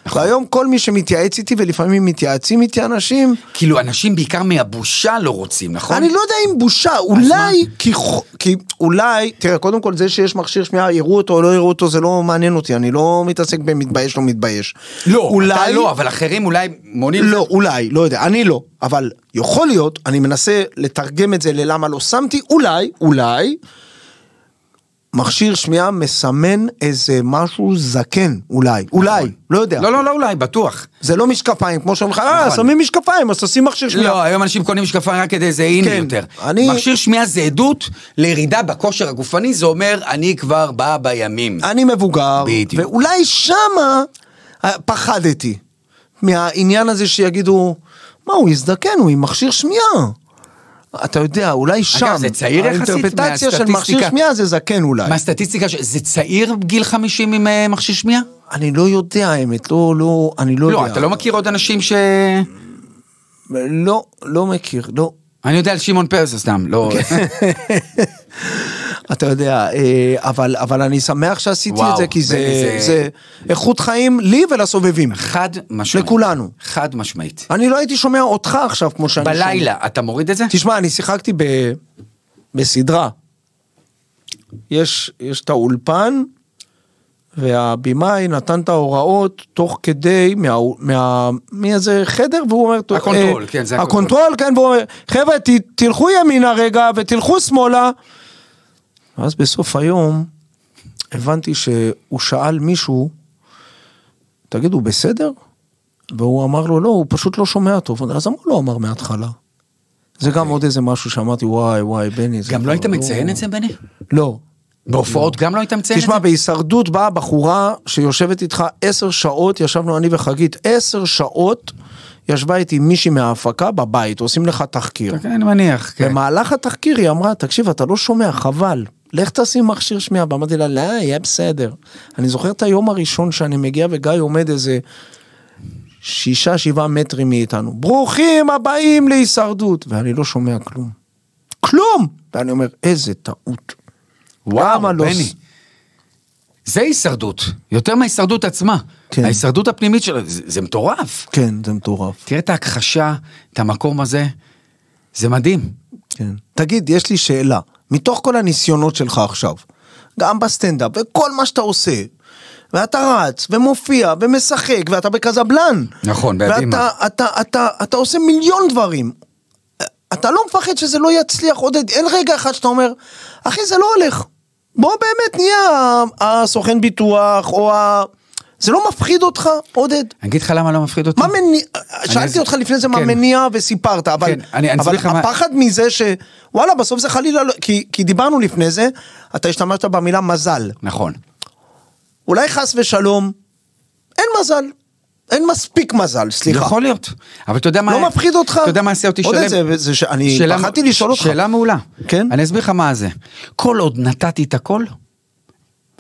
C: נכון.
B: והיום כל מי שמתייעץ איתי, ולפעמים מתייעצים איתי אנשים,
C: כאילו, אנשים בעיקר מהבושה לא רוצים, נכון?
B: אני לא יודע אם בושה, אולי, כי, חו- כי אולי, תראה, קודם כל זה שיש מכשיר שמיעה, יראו אותו או לא יראו אותו, זה לא מעניין אותי, אני לא מתעסק במתבייש לא מתבייש.
C: לא, אתה לא, אבל אחרים אולי מונעים...
B: לא, אולי, לא יודע, אני לא, אבל יכול להיות, אני מנסה לתרגם את זה ללמה לא שמתי, אולי, אולי, מכשיר שמיעה מסמן איזה משהו זקן, אולי, אולי, לא יודע.
C: לא, לא, לא אולי, בטוח.
B: זה לא משקפיים, כמו שאומרים לך, אה,
C: נכון.
B: שמים משקפיים, אז תשים מכשיר שמיעה.
C: לא, היום אנשים קונים משקפיים רק כדי זה אין
B: כן,
C: יותר.
B: אני-
C: מכשיר שמיעה זה עדות לירידה בכושר הגופני, זה אומר, אני כבר בא בימים.
B: אני מבוגר,
C: בדיוק.
B: ואולי שמה אה, פחדתי מהעניין הזה שיגידו, מה הוא הזדקן, הוא עם מכשיר שמיעה. אתה יודע, אולי שם,
C: זה צעיר יחסית
B: האינטרפטציה של
C: מהסטטיסטיקה.
B: מכשיר שמיעה זה זקן אולי.
C: מהסטטיסטיקה, ש- זה צעיר גיל 50 עם אה, מכשיר שמיעה?
B: אני לא יודע האמת, לא, לא, אני לא,
C: לא,
B: יודע.
C: אתה לא מכיר עוד אנשים ש...
B: לא, לא מכיר, לא.
C: אני יודע על שמעון פרס סתם, לא...
B: אוקיי. אתה יודע, אה, אבל, אבל אני שמח שעשיתי
C: וואו,
B: את זה, כי זה,
C: בני,
B: זה...
C: זה-
B: איכות חיים לי ולסובבים.
C: חד משמעית.
B: לכולנו.
C: חד משמעית.
B: אני לא הייתי שומע אותך עכשיו כמו שאני שומע.
C: בלילה, אתה מוריד את זה?
B: תשמע, אני שיחקתי ב... בסדרה. יש, יש את האולפן, והבימאי נתן את ההוראות תוך כדי, מה... מה... מאיזה חדר, והוא אומר... אה,
C: הקונטרול, כן, זה הקונטרול.
B: הקונטרול, כן, והוא אומר, חבר'ה, ת, תלכו ימינה רגע ותלכו שמאלה. ואז בסוף היום, הבנתי שהוא שאל מישהו, תגיד, הוא בסדר? והוא אמר לו, לא, הוא פשוט לא שומע טוב. אז למה הוא לא אמר מההתחלה? זה גם עוד איזה משהו שאמרתי, וואי, וואי, בני. זה
C: אוקיי. גם
B: כבר
C: לא היית מציין את זה, בני?
B: לא.
C: בהופעות גם לא היית מציין את זה?
B: תשמע, בהישרדות באה בחורה שיושבת איתך עשר שעות, ישבנו אני וחגית, עשר שעות ישבה איתי מישהי מההפקה בבית, עושים לך תחקיר.
C: כן, אני מניח, כן.
B: במהלך התחקיר היא אמרה, תקשיב, אתה לא שומע, חבל. לך תשים מכשיר שמיעה, ואמרתי לה, לא, יהיה בסדר. אני זוכר את היום הראשון שאני מגיע וגיא עומד איזה שישה, שבעה מטרים מאיתנו. ברוכים הבאים להישרדות! ואני לא שומע כלום. כלום! ואני אומר, איזה טעות. למה לא...
C: בני. זה הישרדות, יותר מההישרדות עצמה.
B: כן.
C: ההישרדות הפנימית שלה, זה, זה מטורף.
B: כן, זה מטורף.
C: תראה את ההכחשה, את המקום הזה, זה מדהים.
B: כן. תגיד, יש לי שאלה. מתוך כל הניסיונות שלך עכשיו, גם בסטנדאפ וכל מה שאתה עושה, ואתה רץ ומופיע ומשחק ואתה בקזבלן.
C: נכון, בהבימה.
B: ואתה אתה, אתה, אתה, אתה עושה מיליון דברים. אתה לא מפחד שזה לא יצליח, עודד. אין רגע אחד שאתה אומר, אחי, זה לא הולך. בוא באמת נהיה ה- הסוכן ביטוח, או ה... זה לא מפחיד אותך, עודד?
C: אני אגיד לך למה לא מפחיד אותי.
B: מה מניע,
C: אז-
B: שאלתי אותך לפני זה מה
C: כן.
B: מניע וסיפרת, אבל,
C: כן, אני- אני
B: אבל
C: אסביר לך מה-
B: הפחד מזה ש... וואלה, בסוף זה חלילה לא... כי, כי דיברנו לפני זה, אתה השתמשת במילה מזל.
C: נכון.
B: אולי חס ושלום, אין מזל. אין מספיק מזל, סליחה.
C: יכול להיות. אבל אתה יודע מה...
B: לא מפחיד אותך?
C: אתה יודע מה עשה אותי
B: עוד
C: שלם?
B: את זה, זה ש- אני
C: שאלה-
B: פחדתי לשאול אותך.
C: שאלה מעולה.
B: כן?
C: אני אסביר לך מה זה. כל עוד נתתי את הכל,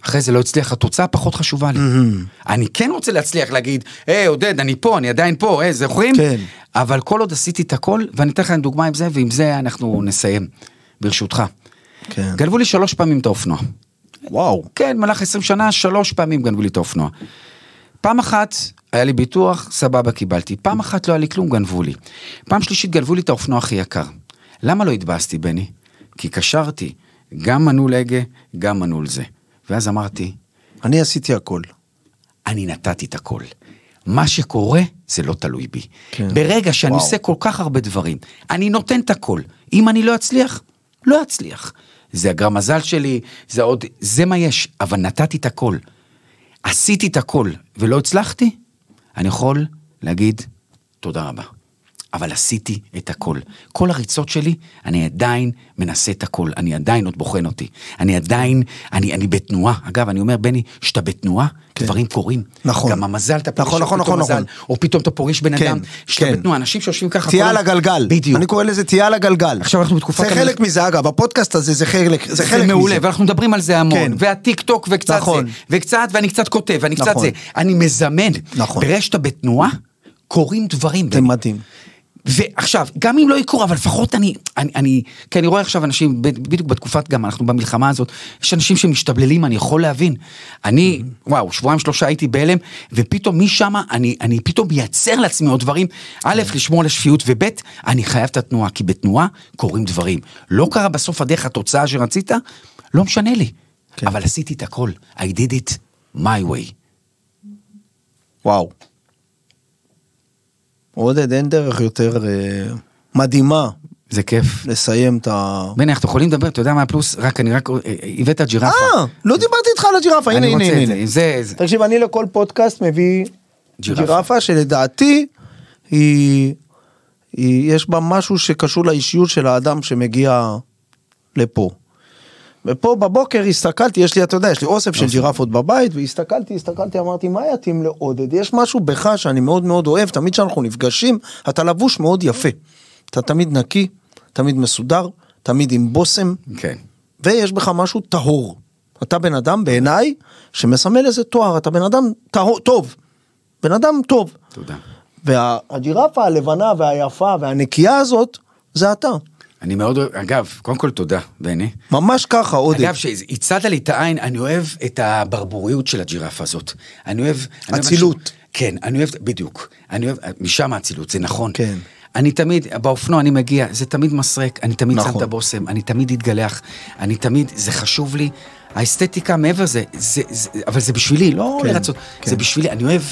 C: אחרי זה לא הצליח, התוצאה פחות חשובה לי.
B: Mm-hmm.
C: אני כן רוצה להצליח להגיד, היי עודד, אני פה, אני עדיין פה, היי, זוכרים?
B: כן.
C: אבל כל עוד עשיתי את הכל, ואני אתן לך דוגמה עם זה, ועם זה אנחנו נסיים, ברשותך.
B: כן.
C: גנבו לי שלוש פעמים את האופנוע.
B: וואו.
C: כן, במהלך 20 שנה, שלוש פעמים גנבו לי את האופנוע. פעם אחת היה לי ביטוח, סבבה, קיבלתי. פעם אחת לא היה לי כלום, גנבו לי. פעם שלישית גנבו לי את האופנוע הכי יקר. למה לא התבאסתי, בני? כי קשרתי גם מנעול הגה, גם מנעול זה. ואז אמרתי,
B: אני עשיתי הכל.
C: אני נתתי את הכל. מה שקורה, זה לא תלוי בי.
B: כן.
C: כן. ברגע שאני
B: וואו.
C: וואו. עושה כל כך הרבה דברים, אני נותן את הכל. אם אני לא אצליח, לא אצליח. זה הגרם מזל שלי, זה עוד... זה מה יש, אבל נתתי את הכל. עשיתי את הכל ולא הצלחתי, אני יכול להגיד תודה רבה. אבל עשיתי את הכל. כל הריצות שלי, אני עדיין מנסה את הכל. אני עדיין עוד בוחן אותי. אני עדיין, אני, אני בתנועה. אגב, אני אומר, בני, כשאתה בתנועה, כן. דברים קורים.
B: נכון.
C: גם המזל, אתה פוגש,
B: נכון,
C: או
B: נכון,
C: פתאום
B: נכון,
C: מזל,
B: נכון.
C: או פתאום אתה פוגש בן
B: כן,
C: אדם, כשאתה
B: כן.
C: בתנועה, אנשים שיושבים ככה.
B: תהיה
C: כל
B: על
C: הזמן-
B: הגלגל.
C: בדיוק.
B: אני קורא לזה תהיה על הגלגל.
C: עכשיו אנחנו בתקופת
B: זה
C: המלח-
B: חלק מזה, אגב, הפודקאסט הזה זה חלק זה חלק
C: זה
B: מזה.
C: מעולה, ואנחנו מדברים על זה המון,
B: כן.
C: והטיק טוק וקצת
B: נכון.
C: זה, וקצת, ואני קצת כותב, ואני קצת
B: נכון.
C: זה, אני מזמן,
B: נכון.
C: ברגע שאתה בתנועה, קורים דברים.
B: זה
C: בני.
B: מדהים.
C: ועכשיו, גם אם לא יקרו, אבל לפחות אני, אני, אני, כי אני רואה עכשיו אנשים, ב- בדיוק בתקופת גם, אנחנו במלחמה הזאת, יש אנשים שמשתבללים, אני יכול להבין. אני, וואו, שבועיים שלושה הייתי בהלם, ופתאום משם, אני, אני פתאום מייצר לעצמי עוד דברים, א', לשמור על השפיות, וב', אני חייב את התנועה, כי בתנועה קורים דברים. לא קרה בסוף הדרך התוצאה שרצית, לא משנה לי.
B: כן.
C: אבל עשיתי את הכל, I did it my way.
B: וואו. עודד, אין דרך יותר אה, מדהימה
C: זה כיף.
B: לסיים את ה...
C: בני, אנחנו יכולים לדבר, אתה יודע מה הפלוס? רק, אני רק, אה, אה, הבאת ג'ירפה.
B: אה, לא דיברתי איתך על הג'ירפה, הנה,
C: אני
B: הנה,
C: רוצה את
B: הנה.
C: זה, זה, זה.
B: תקשיב, אני לכל פודקאסט מביא
C: ג'ירפה.
B: ג'ירפה, שלדעתי היא, היא, יש בה משהו שקשור לאישיות של האדם שמגיע לפה. ופה בבוקר הסתכלתי, יש לי, אתה יודע, יש לי אוסף של ג'ירפות בבית, והסתכלתי, הסתכלתי, אמרתי, מה יתאים לעודד? יש משהו בך שאני מאוד מאוד אוהב, תמיד כשאנחנו נפגשים, אתה לבוש מאוד יפה. אתה תמיד נקי, תמיד מסודר, תמיד עם בושם.
C: כן.
B: ויש בך משהו טהור. אתה בן אדם בעיניי שמסמל איזה תואר, אתה בן אדם טהור, טוב. בן אדם טוב.
C: תודה.
B: והג'ירפה הלבנה והיפה והנקייה הזאת, זה אתה.
C: אני מאוד אוהב, אגב, קודם כל תודה, בני.
B: ממש ככה, עודד.
C: אגב, שהצעת לי את העין, אני אוהב את הברבוריות של הג'ירפה הזאת. אני אוהב... אני אוהב
B: אצילות.
C: משהו- כן, אני אוהב, בדיוק. אני אוהב, משם האצילות, זה נכון.
B: כן.
C: אני תמיד, באופנוע אני מגיע, זה תמיד מסרק, אני תמיד שם
B: נכון.
C: את הבושם, אני תמיד אתגלח, אני תמיד, זה חשוב לי. האסתטיקה מעבר זה, זה, זה אבל זה בשבילי, לא
B: כן,
C: לרצות,
B: כן.
C: זה בשבילי, אני אוהב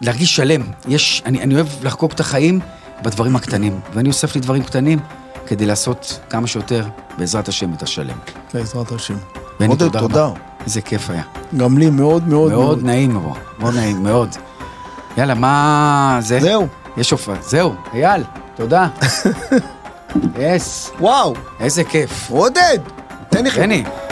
C: להרגיש שלם. יש, אני, אני אוהב לחגוג את החיים בדברים הקטנים, ואני אוסף לי דברים קטנים כדי לעשות כמה שיותר, בעזרת השם, את השלם.
B: בעזרת השם.
C: בני,
B: עודד,
C: תודה
B: תודה.
C: רבה. איזה כיף היה.
B: גם לי מאוד מאוד
C: מאוד
B: מאוד.
C: נעים, מאוד, מאוד נעים, מאוד. יאללה, מה זה?
B: זהו.
C: יש הופעה, זהו, אייל, תודה. יס,
B: וואו,
C: איזה כיף.
B: עודד! תן לי חלק.
C: בני.